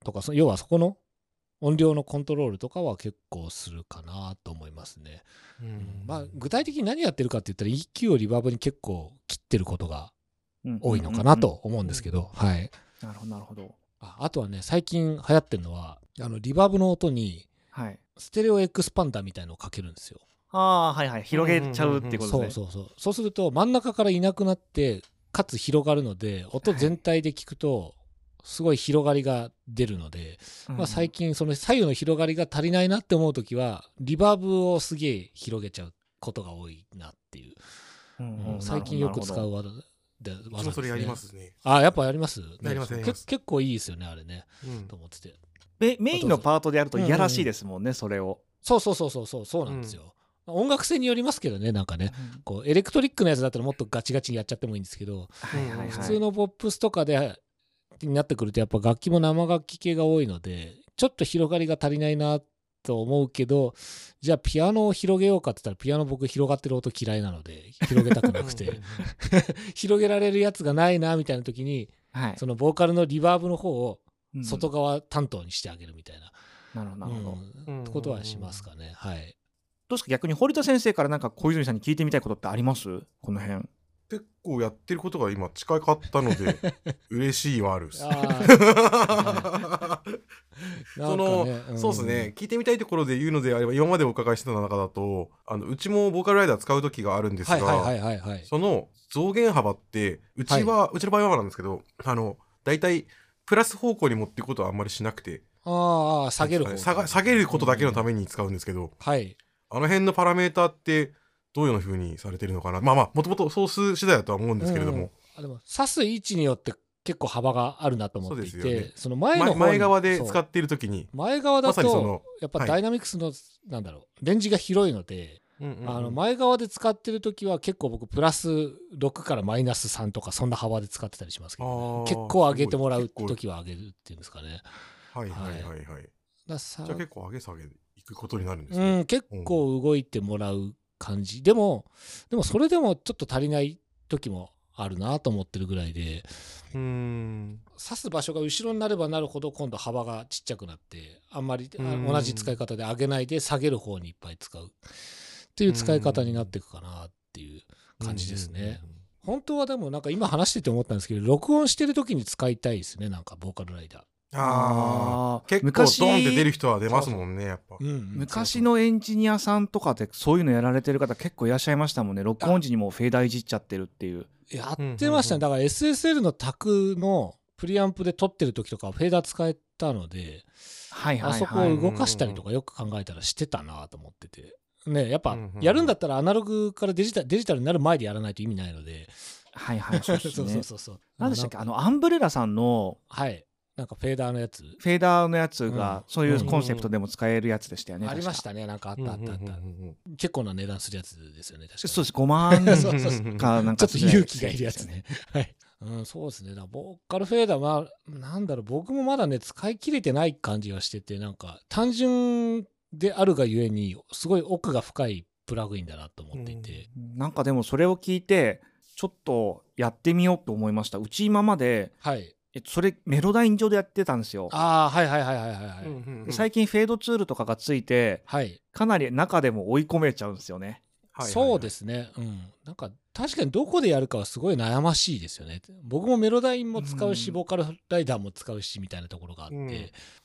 C: とか、その要はそこの音量のコントロールとかは結構するかなと思いますね。
A: う
C: うん
A: ん
C: まあ、具体的に何やってるかって言ったら、EQ をリバーブに結構切ってることが
B: うん
C: 多いのかなと。思うんですけど、はい。
B: なるほどなるほど。
C: ああとはね最近流行ってるのはあのリバーブの音に
B: はい。
C: ステレオエクスパンダーみたいのをかけるんですよ。
B: ああ、はいはい。広げちゃうっていうこと
C: そう
B: ですね。
C: そうそうそうすると真ん中からいなくなってかつ広がるので音全体で聞くとすごい広がりが出るので、
B: うん
C: まあ、最近その左右の広がりが足りないなって思う時はリバーブをすげえ広げちゃうことが多いなっていう、
B: うん
C: うん
B: うん
C: 最近よく使う
B: なるほど
C: 技で技
A: うちもそれやります
C: ね。
A: すね。
C: あやっぱやります
A: やりますやります
C: け結構いいですよねあれね
A: うん
C: と思ってて。
B: メメインのパートでやるといやらしいですもんね、それを。
C: そうそうそうそうそうそうなんですよ、音楽性によりますけどねなんかねこうエレクトリックのやつだったらもっとガチガチにやっちゃってもいいんですけど、
B: はいはいはい。
C: 普通のポップスとかでになってくるとやっぱ楽器も生楽器系が多いのでちょっと広がりが足りないなと思うけどじゃあピアノを広げようかって言ったらピアノ僕広がってる音嫌いなので広げたくなく
A: うん
C: て 広げられるやつがないなみたいな時に
B: はい
C: そのボーカルのリバーブの方を
B: うん
C: 外側担当にしてあげるみたい
B: な
C: な、
B: るほどなるほど。
C: うんってことはしますかねはい。
B: どうですか逆に堀田先生からなんか小泉さんに聞いてみたいことってありますこの辺。
A: 結構やってることが今近かったの で嬉しいはあるっす
C: あ
A: そのそうですね、。聞いてみたいところで言うのであれば今までお伺いしてた中だとあのうちもボーカルライダー使う時があるんですが、
C: はいはいはいはいはい。
A: その増減幅ってうちは、うちの場合はなんですけどあの大体プラス方向に持っていくことはあんまりしなくて
C: ああ、下げる方。
A: 下が下げることだけのために使うんですけど、
C: はい。
A: あの辺のパラメーターってどういうふうにされてるのかなまあまあもともとソース次第だとは思うんですけれども、
C: あでも、刺す位置によって結構幅があるなと思ってい
A: そうです
C: て、
A: よ
C: そ
A: ね
C: の前の
A: ま
C: 方
A: 前
C: に
A: 側で
C: そう
A: 使っている時に、
C: 前側だ
A: まさにそ
C: と
A: の、
C: やっぱ
A: はい
C: ダイナミクスの、なんだろう、レンジが広いので、
A: うんうんうん
C: あの前側で使ってる時は結構僕、プラス6からマイナス3とか、そんな幅で使ってたりしますけど、
A: あー
C: 結構上げてもらう
A: すごい結
C: 時は上げるっていうんですかね。
A: 構はいはいはいはい、
C: ださ
A: じゃあ結構上げ下げいくことになるんですね、
C: うん、結構動いてもらう感じ、でもでもそれでもちょっと足りない時もあるなと思ってるぐらいで
A: うーん
C: 刺す場所が後ろになればなるほど今度幅がちっちゃくなってあんまりあ
A: うん
C: 同じ使い方で上げないで下げる方にいっぱい使うっていう使い方になっていくかなっていう感じですね。本当はでもなんか今話してて思ったんですけど録音してる時に使いたいですねなんかボーカルライダ
A: うんう
C: ー。
A: んうんああ
B: あー
A: 結構
B: 昔
A: ドンって出る人は出ますもんねやっぱ
C: うんうん
B: 昔のエンジニアさんとかでそういうのやられてる方結構いらっしゃいましたもんね録音時にもうフェーダーいじっちゃってるっていう
C: やってましたね。だから SSL の卓のプリアンプで撮ってる時とかはフェーダー使えたので、
B: はい
C: あ
B: はい
C: そこ
B: はい
C: を動かしたりとかよく考えたらしてたなと思ってて。ね、やっ
A: う
C: ぱ
A: んうんうん
C: やるんだったらアナログからデジタルデジタルになる前でやらないと意味ないので、
B: はいはい
C: そ
B: そうう
C: そ
B: で
C: う
B: すね
C: そうそうそう
B: 何でしたっけ
C: なんか
B: あのアンブレラさんの
C: はいなんかフェーダーのやつ
B: フェーダーのやつが、
C: うん
B: そういうコンセプトでも使えるやつでしたよね、
C: ありま
B: 確か
C: したねなんかあったあったあった、
A: うんうんうんうん
C: 結構な値段するやつですよね確かに
B: そうです5万円
C: そうそうそう
B: かなん
C: ちょ
B: か
C: っと勇気がいるやつね。はい。うん、そうですね。だからボーカルフェーダー、まあ、なんだろう、僕もまだね、使い切れてない感じがしてて、なんか、単純であるがゆえに、すごい奥が深いプラグインだなと思っていて。
B: なんかでもそれを聞いてちょっとやってみようと思いましたうち今まで
C: はい。
B: えっとそれメロダイン上でやってたんですよ
C: ああ、はいはいはいはいはいはい。
A: うんうんうん
B: 最近フェードツールとかがついて
C: はい。
B: かなり中でも追い込めちゃうんですよね
A: はいはいはい
C: そうですね。うん。なんか、確かにどこでやるかはすごい悩ましいですよね。僕もメロダインも使うし、
B: うん
C: ボーカルライダーも使うし、みたいなところがあって。
A: うん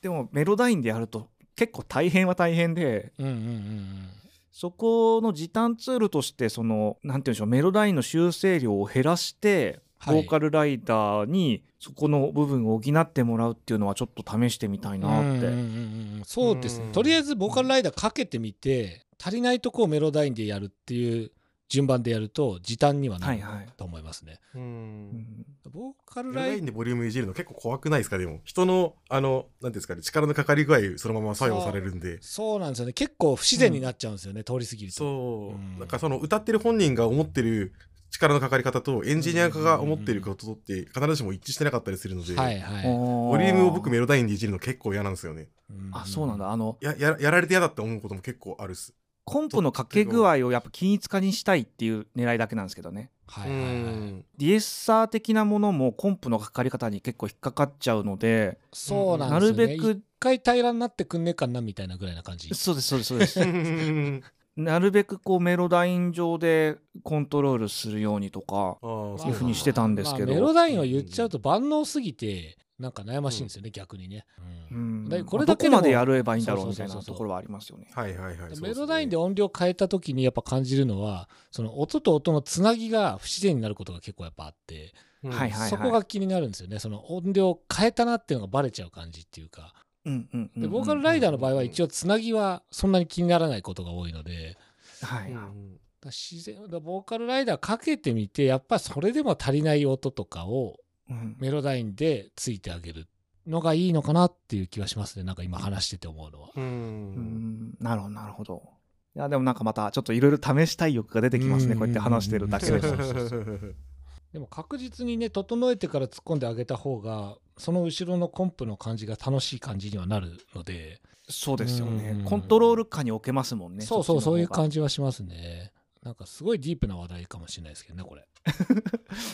B: でもメロダインでやると結構大変は大変で
C: うんうんうんうん。
B: そこの時短ツールとしてそのなんて言うんでしょうメロダインの修正量を減らして
C: はい
B: ボーカルライダーにそこの部分を補ってもらうっていうのはちょっと試してみたいなっ
C: うんうん
B: て
C: うんうんそうですね、
A: うん
C: とりあえずボーカルライダーかけてみて足りないとこをメロダインでやるっていう順番でやると時短にはなる
B: はいはい
C: と思いますね、
A: う
B: うんん
C: ボーカル
A: ラ
C: ラ
A: イ
C: イ
A: ンでボリュームいじるの結構怖くないですかでも人のあの何ていうんですかね力のかかり具合そのまま作用されるんで
C: そうなんですよね結構不自然になっちゃうんですよね、通り過ぎると
A: そう、
C: うん
A: なんかその歌ってる本人が思ってる力のかかり方とエンジニアが思ってることって必ずしも一致してなかったりするので、
C: はいはい、
A: ボリュームを僕
B: あー
A: メロダインでいじるの結構嫌なんですよね
C: うん
B: あそうなんだあの
A: やややられて嫌だって思うことも結構あるっす、
B: コンプのかけ具合をやっぱ均一化にしたいっていう狙いだけなんですけどね
C: はいはいはい、
A: うん
B: ディエッサー的なものもコンプのかかり方に結構引っかかっちゃうので
C: そうなん
B: な
C: です
B: る
C: よね
B: べく
C: 一回平らになってくんねえかなみたいなぐらいな感じ
B: そうですそうですそうです
A: あ
B: なるべくこうメロダイン上でコントロールするようにとか
A: ー
C: まあ
B: そういうふうにしてたんですけど
C: まあメロダインを言っちゃうと万能すぎてなんか悩ましいんですよね、逆にね、
B: う
C: う
B: ん
C: んでこれ
B: まあ
C: だ
B: どこ
C: けでも
B: までやればいいんだろうみたい
C: そ
B: な
C: うそうそうそう
B: ところはありますよね
A: はいはいはい
C: メロダインで
A: そう
C: 音量変えた時にやっぱ感じるのはその音と音のつなぎが不自然になることが結構やっぱあって、
A: すねうん
B: はいはい
C: そこが気になるんですよねその音量変えたなっていうのがバレちゃう感じっていうか
B: うんうんうんう
C: で
B: ん
C: ボーカルライダーの場合は一応つなぎはそんなに気にならないことが多いので
B: は
A: う
B: い
A: ん
C: だから自然だからボーカルライダーかけてみてやっぱそれでも足りない音とかを
B: うん
C: メロダインでついてあげるのがいいのかなっていう気はしますねなんか今話してて思うのは。
A: う
B: うんんなるほどなるほどいやでもなんかまたちょっといろいろ試したい欲が出てきますね
C: うん
B: こうやって話してるだけで
C: そ うそう
B: も
C: そうそでも確実にね整えてから突っ込んであげた方がその後ろのコンプの感じが楽しい感じにはなるので、
B: そうですよ
C: う
B: ね
C: ん
B: コントロール下に置けますもんね
C: そうそうそういう感
B: じ
C: じはしますねなんかすごいディープな話題かもしれないですけどねこれ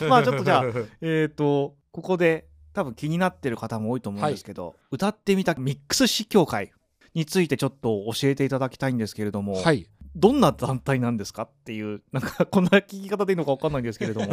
B: まあちょっとじゃあえっとここで多分気になってる方も多いと思うんですけど歌ってみたミックス詩協会についてちょっと教えていただきたいんですけれども
C: はい
B: どんな団体なんですかっていうなんかこんな聞き方でいいのか分かんないんですけれど も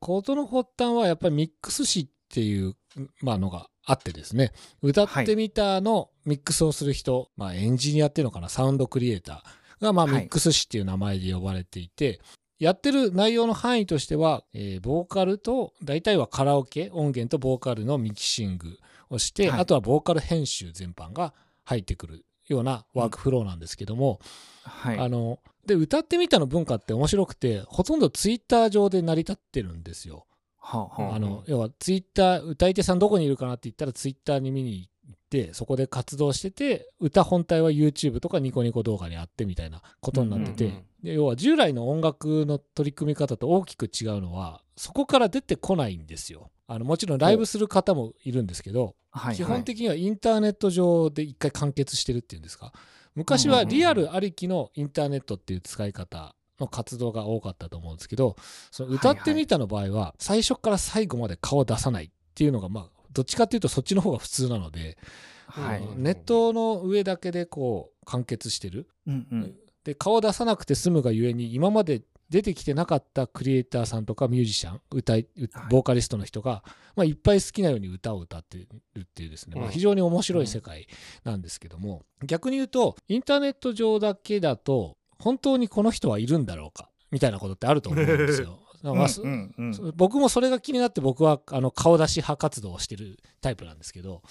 C: 事の発端はやっぱりミックス誌っていう、まあ、のがあってですね歌ってみたのミックスをする人、まあ、エンジニアっていうのかなサウンドクリエイターが、まあ、
B: は
C: ミ
B: い
C: ックス誌っていう名前で呼ばれていて、やってる内容の範囲としては、えーボーカルと大体はカラオケ音源とボーカルのミキシングをして、
B: はい
C: あとはボーカル編集全般が入ってくるようなワークフローなんですけども、
B: はい
C: あので歌ってみたの文化って面白くてほとんどツイッター上で成り立ってるんですよ。
B: はあはあ
C: あの要はツイッター歌い手さんどこにいるかなって言ったらツイッターに見に行ってそこで活動してて歌本体は YouTube とかニコニコ動画にあってみたいなことになってて、
A: うんうんうん
C: で要は従来の音楽の取り組み方と大きく違うのはそこから出てこないんですよ。あのもちろんライブする方もいるんですけど、
B: はいはい
C: 基本的にはインターネット上で一回完結してるっていうんですか昔はリアルありきのインターネットっていう使い方の活動が多かったと思うんですけどその歌ってみたの場合は最初から最後まで顔を出さないっていうのがまあどっちかっていうとそっちの方が普通なので、
B: はい
A: うん
C: ネットの上だけでこう完結してる
B: うんうん
C: で顔を出さなくて済むがゆえに今まで出てきてなかったクリエイターさんとかミュージシャン歌い歌
B: はい
C: ボーカリストの人が、まあ、いっぱい好きなように歌を歌ってるっていうですね、
A: う
C: まあ、
A: ん
C: 非常に面白い世界なんですけども、逆に言うとインターネット上だけだと本当にこの人はいるんだろうかみたいなことってあると思うんで すよ。だからまあそ
B: うんうんうん
C: そ僕もそれが気になって僕はあの顔出し派活動をしてるタイプなんですけど、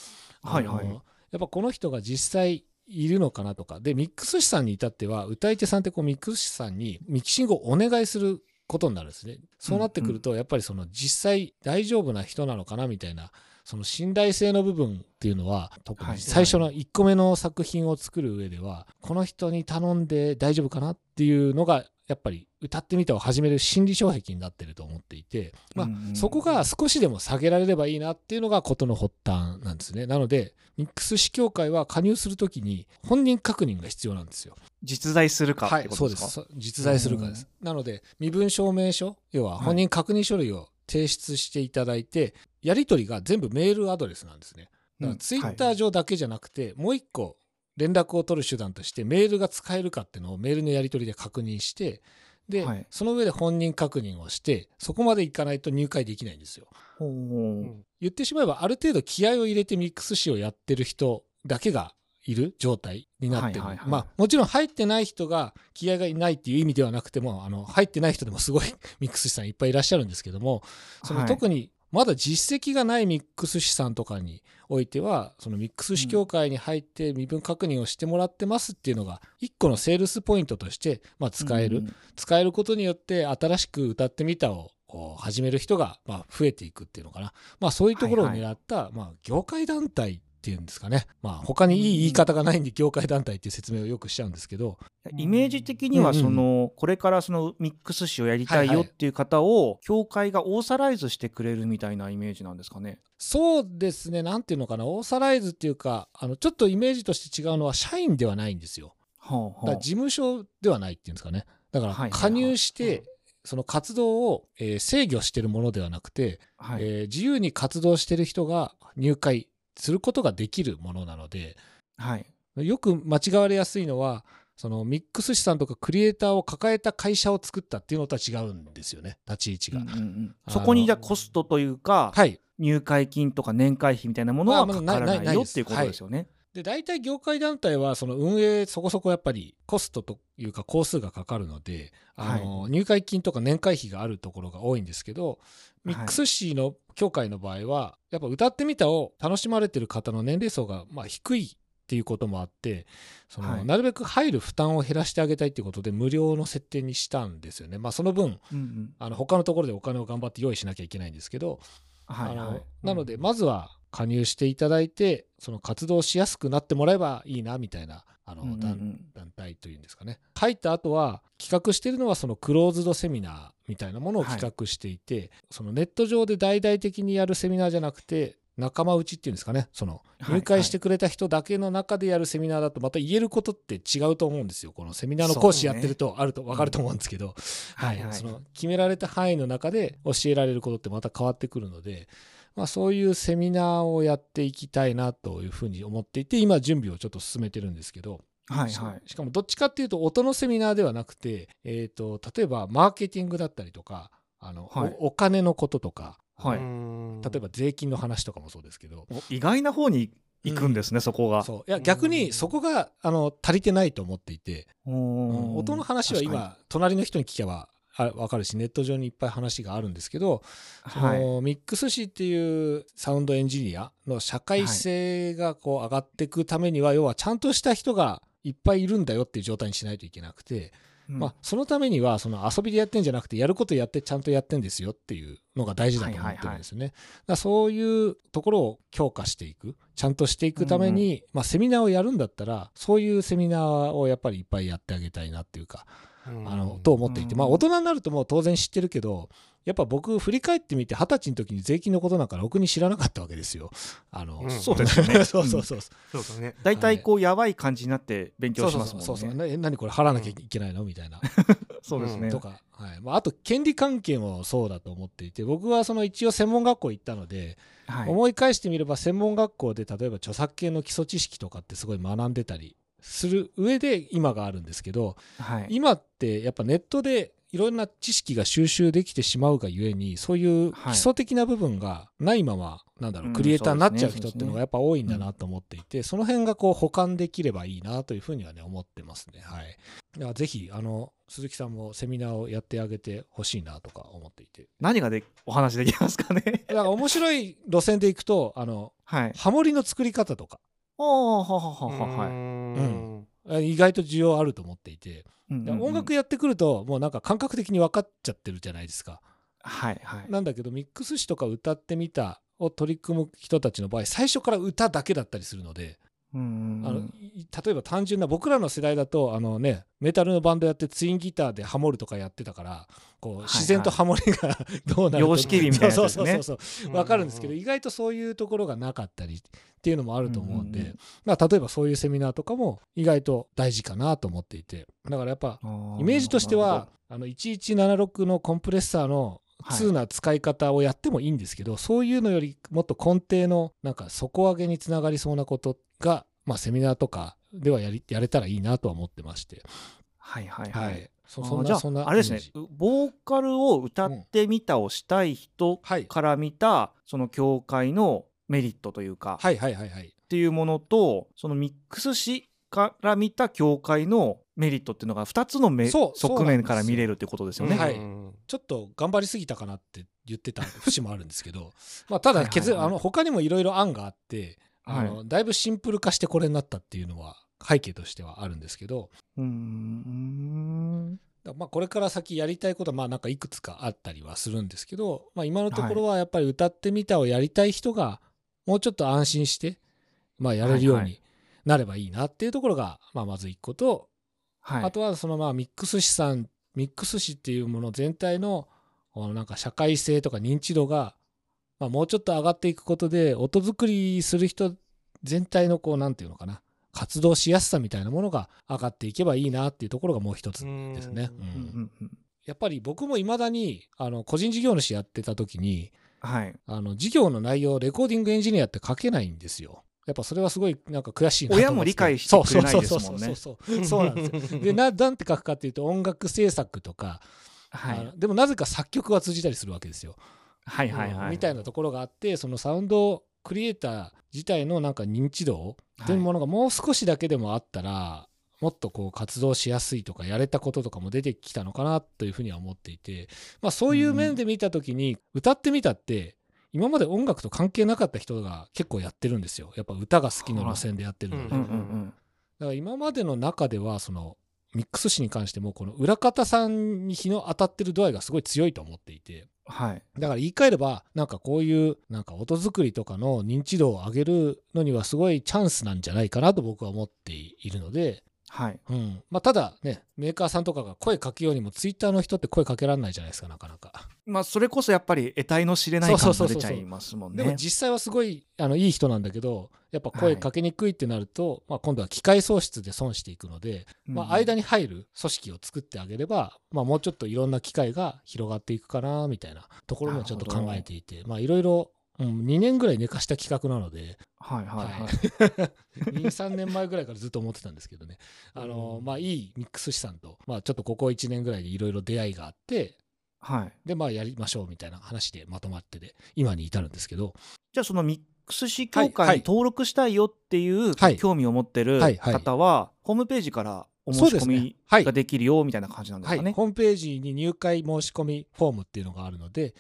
B: はいはい
C: あのやっぱこの人が実際いるのかなとかでミックス師さんに至っては歌い手さんってこうミックス師さんにミキシングをお願いすることになるんですねそうなってくるとやっぱりその実際大丈夫な人なのかなみたいなその信頼性の部分っていうのは特
B: は
C: に
B: い
C: 最初の1個目の作品を作る上ではこの人に頼んで大丈夫かなっていうのがやっぱり歌ってみたを始める心理障壁になってると思っていて、まあ
B: うんうん
C: そこが少しでも下げられればいいなっていうのが事の発端なんですねなのでミックス試協会は加入するときに本人確認が必要なんですよ
B: 実在するか
C: は
B: って
C: い
B: こと
C: そう
B: で
C: です
B: か
C: すそう実在するかですなので身分証明書要は本人確認書類を提出していただいて、やり取りが全部メールアドレスなんですねだからツイッター上だけじゃなくて、もう一個連絡を取る手段としてメールが使えるかっていうのをメールのやり取りで確認してで、
B: はい
C: その上で本人確認をしてそこまでいかないと入会できないんですよ
B: ほう
C: 言ってしまえばある程度気合を入れてミックス誌をやってる人だけがいる状態になってる、
B: はいはいはい
C: まあもちろん入ってない人が気合がいないっていう意味ではなくてもあの入ってない人でもすごい ミックス誌さんいっぱいいらっしゃるんですけどもそ
B: は
C: の
B: い
C: 特にまだ実績がないミックス誌さんとかにおいてはそのミックス誌協会に入って身分確認をしてもらってますっていうのが一個のセールスポイントとして、まあ、使える、使えることによって新しく歌ってみたをこう始める人がまあ増えていくっていうのかな、まあ、そういうところを狙った、まあ、業界団体っていうんですかね、まあ、他にいい言い方がないんで業界団体っていう説明をよくしちゃうんですけど、
B: イメージ的にはそのこれからそのミックス誌をやりたい
C: はい
B: よ
C: は
B: っ
C: い
B: ていう方を協会がオーサライズしてくれるみたいなイメージなんですかね。
C: そうですねなんていうのかなオーサライズっていうかあのちょっとイメージとして違うのは社員ではないんですよ
B: はあ
C: だから
B: は
C: 事務所ではないっていうんですかねだか
B: はいはい
C: ら
B: はい
C: 加入し
A: うん
C: てその活動を、えー制御してるものではなくて、
B: あはい
C: えー自由に活動してる人が入会することができるものなので
B: はい
C: よく間違われやすいのはそのミックス師さんとかクリエイターを抱えた会社を作ったっていうのとは違うんですよね立ち位置が。
B: うんうんうん
C: あの
B: そこにじゃあコストというか
C: はい
B: 入会金とか年会費みたいなものは
C: まあ
B: か
C: ま
B: か
C: あ
B: ら
C: ない
B: な
C: な
B: い
C: いない
B: よ
C: で
B: っ
C: す
B: ていうことですよね。
C: で大体業界団体はその運営そこそこやっぱりコストというか工数がかかるのであの、入会金とか年会費があるところが多いんですけど
B: はい
C: ミックス誌の協会の場合はやっぱ歌ってみたを楽しまれてる方の年齢層がまあ低いっていうこともあってその、
B: はい
C: なるべく入る負担を減らしてあげたいっていうことで無料の設定にしたんですよね。まあ、その分
B: うんうん
C: あの他のところでお金を頑張って用意しなきゃいけないんですけど、
B: はい
C: あ
B: は
C: の
B: い
C: なのでまずは加入していただいてその活動しやすくなってもらえばいいなみたいなあの、
B: うんうんう
C: 団
B: ん
C: 団体というんですかね入った後は企画してるのはそのクローズドセミナーみたいなものを企画していて、そのネット上で大々的にやるセミナーじゃなくて仲間内っていうんですかねその
B: はい
C: 入会してくれた人だけの中でやるセミナーだとまた言えることって違うと思うんですよこのセミナーの講師やってるとあると分かると思うんですけど、はい
B: はいはい
C: その決められた範囲の中で教えられることってまた変わってくるので、まあ、そういうセミナーをやっていきたいなというふうに思っていて今準備をちょっと進めてるんですけど、
B: はい
C: し
B: はい
C: しかもどっちかっていうと音のセミナーではなくて、えー、と例えばマーケティングだったりとかあの、
B: はい
C: おお金のこととか、
B: はい
C: 例えば税金の話とかもそうですけど。
B: お意外な方に行くんですね、そこが。
C: そういや逆にそこがあの足りてないと思っていて、
B: おー
C: うん音の話は今隣の人に聞けばあ分かるしネット上にいっぱい話があるんですけど、そ
B: はい。
C: のミックス誌っていうサウンドエンジニアの社会性がこう上がっていくためには要はちゃんとした人がいっぱいいるんだよっていう状態にしないといけなくて、
B: うん
C: まあ、そのためにはその遊びでやってんじゃなくてやることやってちゃんとやってんですよっていうのが大事だと思ってるんですよね。だからそういうところを強化していくちゃんとしていくために、まあ、セミナーをやるんだったらそういうセミナーをやっぱりいっぱいやってあげたいなっていうかあのと思っていて、
B: うん
C: まあ、大人になるともう当然知ってるけどやっぱ僕振り返ってみて二十歳の時に税金のことなんかろくに知らなかったわけですよ。あの
A: うん
B: そうですよね
C: そうそうそうそう
A: そうだね。
B: 大体こうやばい感じになって勉強しますもんね。
C: そうそうそうなえ何これ払わなきゃいけないのみたいな
B: そうですね
C: と。か、はいまあ、あと権利関係もそうだと思っていて僕はその一応専門学校行ったので、
B: はい。
C: 思い返してみれば専門学校で例えば著作権の基礎知識とかってすごい学んでたりする上で今があるんですけど、
B: はい。
C: 今ってやっぱネットでいろんな知識が収集できてしまうがゆえにそういう基礎的な部分がないまま、なんだろ
B: う
C: うんクリエイターになっちゃう
B: そう
C: 人
B: ですね
C: っていうのがやっぱ多いんだなと思っていてその辺がこう補完できればいいなというふうにはね思ってますねはいだからぜひあの鈴木さんもセミナーをやってあげてほしいなとか思っていて
B: 何がでお話できます かね
C: だから面白い路線でいくとあの
B: はい。
C: ハモリの作り方とか
B: おーははは
A: う
B: はははい。
A: ん
C: あ意外と需要あると思っていて
B: うん
C: だ
B: うん
C: から
B: うん
C: 音楽やってくるともうなんか感覚的に分かっちゃってるじゃないですか
B: はいはい。
C: なんだけどミックス詞とか歌ってみたを取り組む人たちの場合最初から歌だけだったりするので、
B: うんうん
C: あ
B: う
C: の
B: ん
C: い例えば単純な僕らの世代だとあの、ね、メタルのバンドやってツインギターでハモるとかやってたからこう
B: はい
C: 自然とハモリが どうなるか
B: 様式美みたいな
C: そう
B: やつ
C: そう
B: です
C: そ
B: ね
C: うそう分かるんですけど、意外とそういうところがなかったりっていうのもあると思うんで、
B: うんうん
C: まあ、例えばそういうセミナーとかも意外と大事かなと思っていてだからやっぱ
B: あー
C: イメージとして
B: なるほ
C: は
B: ど
C: あの1176のコンプレッサーの
B: はい
C: 通な使い方をやってもいいんですけど、そういうのよりもっと根底のなんか底上げにつながりそうなことが、まあ、セミナーとかではやりやれたらいいなとは思ってまして、
B: はいはい
C: は
B: はいい。
C: そ
B: あー
C: そん
B: じゃ
C: な
B: あ
C: そんな
B: あれですね
C: イメージ
B: ボーカルを歌ってみたをしたい人
C: はい、
B: から見たその教会のメリットというか、
C: はいはいはいはい
B: っていうものとそのミックス誌から見た教会のメリットっていうのが2つのめ
C: そう
B: 側面から見れるってことですよね。
C: はい
A: うん
C: ちょっと頑張りすぎたかなって言ってた節もあるんですけど まあただ
B: はいはいはい
C: 結論あの他にもいろいろ案があってあの、
B: は
C: だいぶシンプル化してこれになったっていうのは背景としてはあるんですけど、
B: うーん
C: だからまあこれから先やりたいことはまあなんかいくつかあったりはするんですけど、まあ、今のところはやっぱり歌ってみたをやりたい人がもうちょっと安心して、まあ、やれるよう
B: はいは
C: になればいいなっていうところがまあまず一個と、
B: はい
C: あとはそのまあミックス資産ミックス誌っていうもの全体のこのなんか社会性とか認知度が、まあ、もうちょっと上がっていくことで音作りする人全体のこうなんていうのかな活動しやすさみたいなものが上がっていけばいいなっていうところがもう一つですね。
A: うん
B: うんうんうん
C: やっぱり僕もいまだにあの個人事業主やってた時に
B: はい、
C: あの事業の内容をレコーディングエンジニアって書けないんですよ。やっぱそれはすごいなんか悔しいなと思って
B: 親も理解してくれないですもんね
C: そうそうそうそうそうそうなんですよ。でななんて書くかっていうと音楽制作とか、
B: は
C: あ
B: い
C: の、でもなぜか作曲は通じたりするわけですよ。
B: はいはいはい
C: みたいなところがあってそのサウンドクリエイター自体のなんか認知度っていうものがもう少しだけでもあったら、もっとこう活動しやすいとかやれたこととかも出てきたのかなというふうには思っていて、まあ、そういう面で見た時に歌ってみたって今まで音楽と関係なかった人が結構やってるんですよやっぱ歌が好きの路線でやってるので、
B: うんうんうん
C: だから今までの中ではそのミックス誌に関してもこの裏方さんに日の当たってる度合いがすごい強いと思っていて、
B: はい
C: だから言い換えればなんかこういうなんか音作りとかの認知度を上げるのにはすごいチャンスなんじゃないかなと僕は思っているので、
B: はい
C: うんまあ、ただねメーカーさんとかが声かけようにもツイッターの人って声かけられないじゃないですかなかなか。
B: まあそれこそやっぱり得体の知れない
C: そう
B: 感
C: そう
B: が
C: そうそ
B: 出
C: う
B: ちゃいますもん
C: でも
B: ね。
C: 実際はすごいあのいい人なんだけどやっぱ声かけにくいってなると、まあ、今度は機械喪失で損していくので、まあ、間
B: に
C: に入る組織を作ってあげれば、まあ、もうちょっといろんな機会が広がっていくかなみたいなところもちょっと考えていてまあいろいろ、うん、2年ぐらい寝かした企画なので
B: はいはいはい
C: は23年前ぐらいからずっと思ってたんですけどねあの、
A: うん
C: まあ、いいミックス資産と、まあ、ちょっとここ1年ぐらいでいろいろ出会いがあって
B: はい
C: でまあやりましょうみたいな話でまとまってで今に至るんですけど
B: じゃあそのミックス誌協
C: はいは
B: 会
C: い
B: に登録したいよっていう
C: はい
B: 興味を持ってる
C: はいはい
B: 方はホームページからお
C: そ
B: 申
C: う
B: し
C: です
B: 込
C: ね
B: み
C: はい
B: ができるよみたいな感じなんです
C: は
B: か
C: い、
B: ね。
C: ホームページに入会申し込みフォームっていうのがあるので、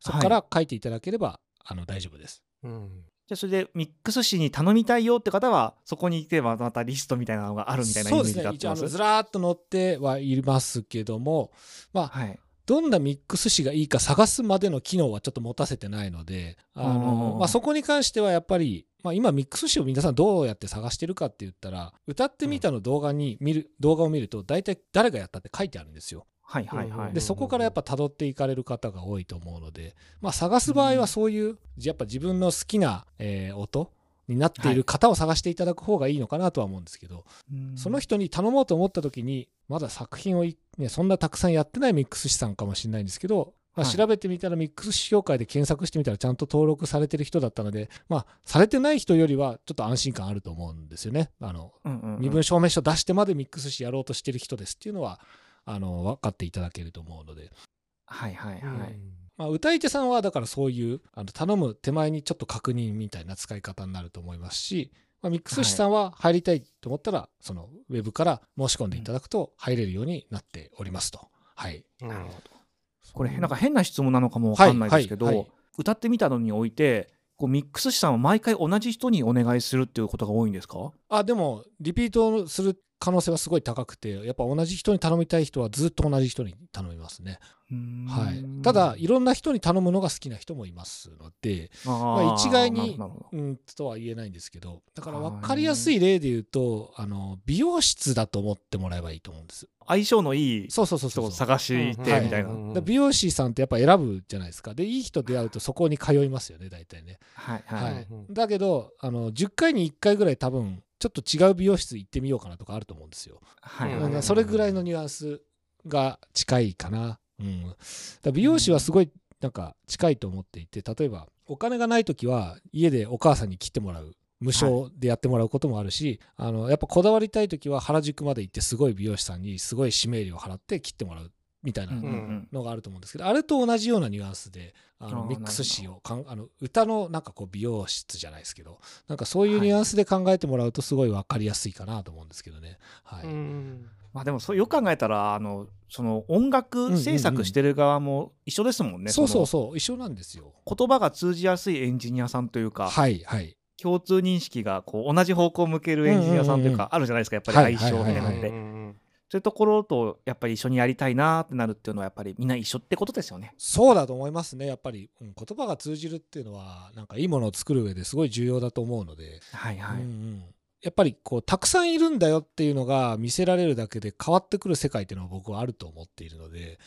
C: そこから書いていただければ、あの大丈夫です。
A: うん
B: じゃあそれでミックス誌に頼みたいよって方はそこに行けばまたリストみたいなのがあるみたいなイメ
C: そ
B: ー
C: うで
B: ジ
C: す
B: で
C: ね
B: 合っ
C: 一
B: て
C: 応あ
B: ま
C: のず
B: す。
C: らーっと載ってはいますけども、まあ、
B: はい、
C: どんなミックス誌がいいか探すまでの機能はちょっと持たせてないので、あ
B: う
C: の
B: ん
C: まあ、そこに関してはやっぱり、まあ、今ミックス誌を皆さんどうやって探してるかって言ったら、歌ってみたの動画に見る、動画を見ると大体誰がやったって書いてあるんですよ。
B: はいはいは
A: う
B: い
A: ん
C: で、そこからやっぱ辿っていかれる方が多いと思うので、まあ、探す場合はそういう、やっぱ自分の好きな、えー音になっている方を探していただく方がいいのかなとは思うんですけど、
B: うん
C: その人に頼もうと思った時にまだ作品をい、ね、そんなたくさんやってないミックス師さんかもしれないんですけど、まあ、
B: はい
C: 調べてみたらミックス師協会で検索してみたらちゃんと登録されてる人だったので、まあ、されてない人よりはちょっと安心感あると思うんですよね。あの
B: うんうんうん
C: 身分証明書出してまでミックス師やろうとしてる人ですっていうのはあの分かっていただけると思うので、
B: はいはいはい、
C: まあ、歌い手さんはだからそういうあの頼む手前にちょっと確認みたいな使い方になると思いますし、まあ、ミックス師さんは入りたいと思ったら、そのウェブから申し込んでいただくと入れるようになっておりますと。はい、
A: うん
B: なるほどこれなんか変な質問なのかもわかんないですけど、
C: はいはいはい
B: 歌ってみたのにおいてこうミックス師さんは毎回同じ人にお願いするっていうことが多いんですか
C: あでもリピートする可能性はすごい高くてやっぱ同じ人に頼みたい人はずっと同じ人に頼みますね。は
B: うーん
C: い、ただいろんな人に頼むのが好きな人もいますので、
B: あー
C: 一概に
B: なるほど
C: うんとは言えないんですけどだから
B: はい
C: 分かりやすい例で言うとあの美容室だと思ってもらえばいいと思うんです
B: 相性のいい
C: そうそうそう
B: 人
C: そ
B: を
C: う
B: 探してい
A: うん
B: て
A: う
B: み
A: ん
C: は
B: たいな、
A: うん
C: だ美容師さんってやっぱ選ぶじゃないですかでいい人出会うとそこに通いますよね大体ね、
B: はい
C: は
B: はいい、
A: うん
C: だけどあの10回に1回ぐらい多分ちょっと違う美容室行ってみようかなとかあると思うんですよ
B: はい
A: うん
C: う
B: はい
C: んそれぐらいのニュアンスが近いかな。うん、だから美容師はすごいなんか近いと思っていて例えばお金がない時は家でお母さんに切ってもらう無償でやってもらうこともあるし、あのやっぱこだわりたい時は原宿まで行ってすごい美容師さんにすごい指名料払って切ってもらうみたいな
B: うんうんうん
C: のがあると思うんですけど、あれと同じようなニュアンスであ
B: あー
C: のミックス
B: な
C: 誌
B: る
C: をかんあの歌のなんかこう美容室じゃないですけどなんかそういうニュアンスで考えてもらうとすごい分かりやすいかなと思うんですけどね。はい
A: うん
B: まあでもそうよく考えたらあのその音楽制作してる側も一緒ですもんね、
C: そうそう
B: う
C: そう一緒なんですよ
B: 言葉が通じやすいエンジニアさんというか、
C: はいはい
B: 共通認識がこう同じ方向を向けるエンジニアさんというか、あるじゃないですかやっぱり相性みたいな
C: は
B: の
C: いはい
B: で
A: うんうんうん
B: そういうところとやっぱり一緒にやりたいなってなるっていうのはやっぱりみんな一緒ってことですよね。
C: そうだと思いますねやっぱり、うん言葉が通じるっていうのはなんかいいものを作る上ですごい重要だと思うので、
B: はいはい。
C: うんうんやっぱりこうたくさんいるんだよっていうのが見せられるだけで変わってくる世界っていうのは僕はあると思っているので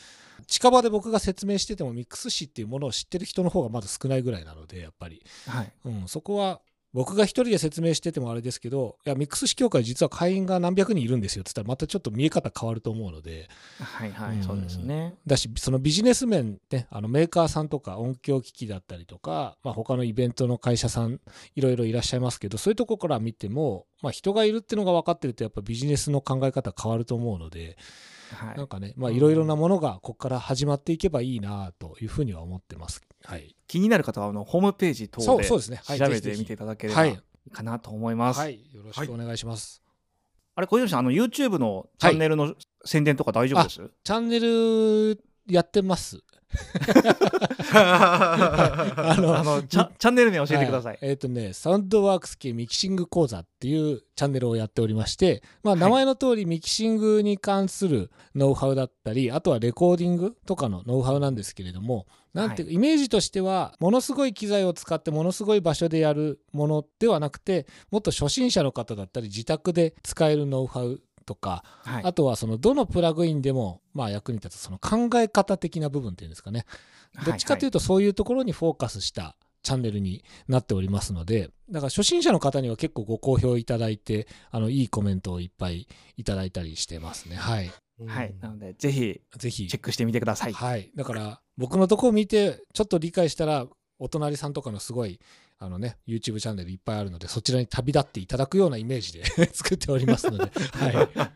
C: 近場で僕が説明しててもミックス誌っていうものを知ってる人の方がまだ少ないぐらいなのでやっぱり
B: はい、
C: うん、そこは僕が一人で説明しててもあれですけど、いや、ミックス市協会実は会員が何百人いるんですよって言ったらまたちょっと見え方変わると思うので、
B: はいは
C: う
B: い
C: ん
B: そうですね。
C: だし、そのビジネス面ね、あのメーカーさんとか音響機器だったりとか、まあ他のイベントの会社さん、いろいろいらっしゃいますけど、そういうとこから見ても、まあ人がいるっていうのが分かってるとやっぱビジネスの考え方変わると思うので、
B: はい
C: なんかね、まあいろいろなものがここから始まっていけばいいなというふうには思ってます。はい。
B: 気になる方はあのホームページ等
C: そう
B: で
C: そ
B: 調
C: うですね。はい。
B: べ
C: ぜ
B: て
C: ひぜひ
B: みていただければ
C: はいい。
B: いかなと思います。
C: はい。よろしくお願いします。
B: あれ小泉さんあの YouTube のチャンネルの宣伝とか大丈夫です？
C: チャンネルやってます。あの
B: あのチャチャンネル名教えてください。
C: はえっ、とね、サウンドワークス系ミキシング講座っていうチャンネルをやっておりまして、まあ、
B: はい
C: 名前の通りミキシングに関するノウハウだったり、あとはレコーディングとかのノウハウなんですけれども、なんていうか、イメージとしては、ものすごい機材を使って、ものすごい場所でやるものではなくて、もっと初心者の方だったり、自宅で使えるノウハウとか、
B: はい。
C: あとはそのどのプラグインでもまあ役に立つその考え方的な部分っていうんですかねどっちかという
B: と、
C: とそういうところにフォーカスしたチャンネルになっておりますのでだから初心者の方には結構ご好評いただいてあのいいコメントをいっぱいいただいたりしてますねは
B: は
C: い
B: いはいなのでぜひ
C: ぜひ
B: チェックしてみてください。
C: はい、だから僕のとこを見てちょっと理解したらお隣さんとかのすごいあのね YouTube チャンネルいっぱいあるのでそちらに旅立っていただくようなイメージで 作っておりますので,、は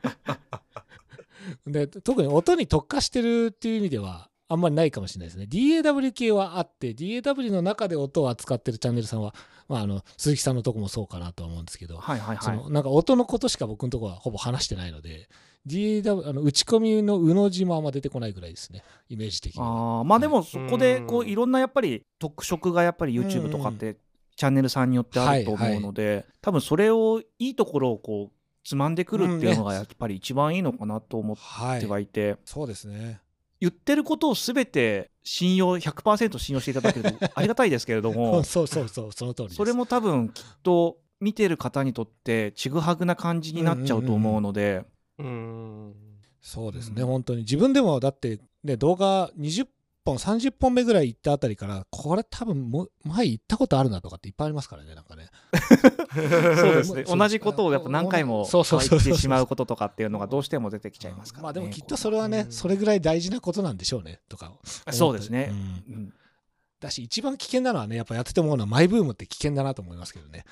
C: い、で特に音に特化してるっていう意味ではあんまりないかもしれないですね。DAW 系はあって DAW の中で音を扱ってるチャンネルさんは、まあ、あの鈴木さんのとこもそうかなとは思うんですけど、
B: はいはい
C: そ
B: はい
C: のなんか音のことしか僕のとこはほぼ話してないので DAW あの打ち込みの「う」の字もあんま出てこないぐらいですねイメージ的には。
B: あーまあでもそこでこ
A: う
B: うんいろんなやっぱり特色がやっぱり YouTube とかってチャンネルさんによってあると思うので、多分それをいいところをこうつまんでくるっていうのがやっぱり一番いいのかなと思っ
C: は
B: て
C: い
B: はいて、
C: そうですね。
B: 言ってることを全て信用100%信用していただけるとありがたいですけれども
C: そうそうそうその通りです。
B: それも多分きっと見てる方にとってちぐはぐな感じになっちゃうと思うので、
A: うん。
C: そうです
B: う
C: ね、
B: ん
C: 本当に自分でもだって、ね、動画20本30本目ぐらい行ったあたりからこれ多分もう前行ったことあるなとかっていっぱいありますからねなんかね
B: そうですね
C: そう
B: 同じことをやっぱ何回も
C: そうそうそうそう
B: 言ってしまうこととかっていうのがどうしても出てきちゃいますから、ね、
C: まあでもきっとそれはね
A: うん
C: それぐらい大事なことなんでしょうねとか思ったり
B: そうですね
C: ん
B: うん
C: だし一番危険なのはねやっぱやってて思うのはマイブームって危険だなと思いますけどね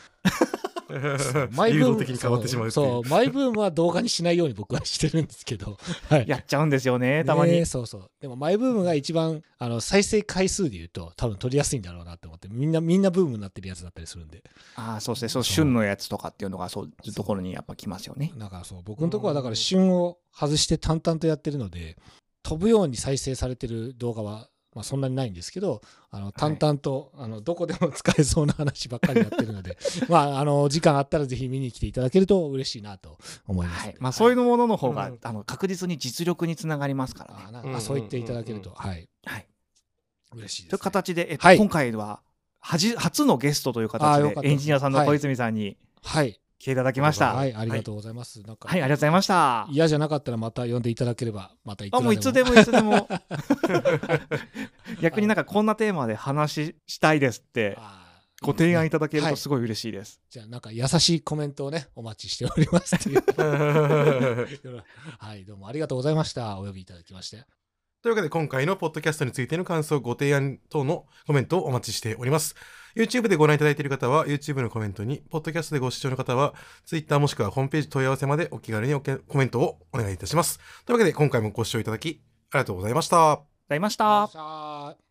C: マイ
A: 流
C: ブー
A: 動
C: ム
A: 的に変わってしまうってい
C: そうそうマイブームは動画にしないように僕はしてるんですけど、はい、
B: やっちゃうんですよねたまに、
C: ねそうそうでもマイブームが一番あの再生回数で言うと多分取りやすいんだろうなって思ってみんなみんなブームになってるやつだったりするんで
B: ああそうですねそう
C: そう
B: 旬のやつとかっていうのがそういうところにやっぱ来ますよね
C: だからそう僕のとこはだから旬を外して淡々とやってるので飛ぶように再生されてる動画は、まあ、そんなにないんですけどあの淡々と、あのどこでも使えそうな話ばっかりやってるので まああの時間あったらぜひ見に来ていただけると嬉しいなと思います、
B: はいまあ、そういうものの方が、
A: うん
B: あの確実に実力につながりますからね
C: あ。なん
A: うんうんうんう
C: か
A: ん
C: そう言っていただけると、はい
B: はい、
C: 嬉しいです、
B: という形で、えっと
C: はい
B: 今回ははじ初のゲストという
C: あ
B: 形
C: ーよか
B: で
C: ったです
B: エンジニアさんの小泉さんに
C: はい、
B: 来ていただきまし
A: あ
B: た。は、
C: はいい、ありがとうございます、なんか、
B: ありがとうございました。
C: 嫌じゃなかったらまた呼んでいただければまたいくら
B: あ
C: で
B: も
C: も
B: ういつでもいつでも逆になんかこんなテーマで話したいですって
C: あー
B: ご提案いただける
C: は
B: と
C: い
B: すごい嬉しいです。
C: じゃあなんか優しいコメントをねお待ちしておりますというはいどうもありがとうございましたお呼びいただきまして
A: というわけで今回のポッドキャストについての感想、ご提案等のコメントをお待ちしております。YouTube でご覧いただいている方は YouTube のコメントに、ポッドキャストでご視聴の方は Twitter もしくはホームページ問い合わせまでお気軽におけコメントをお願いいたします。というわけで今回もご視聴いただきありがとうございました。
B: ありがとうございまし
C: あり
B: た
C: がとうご。ざいました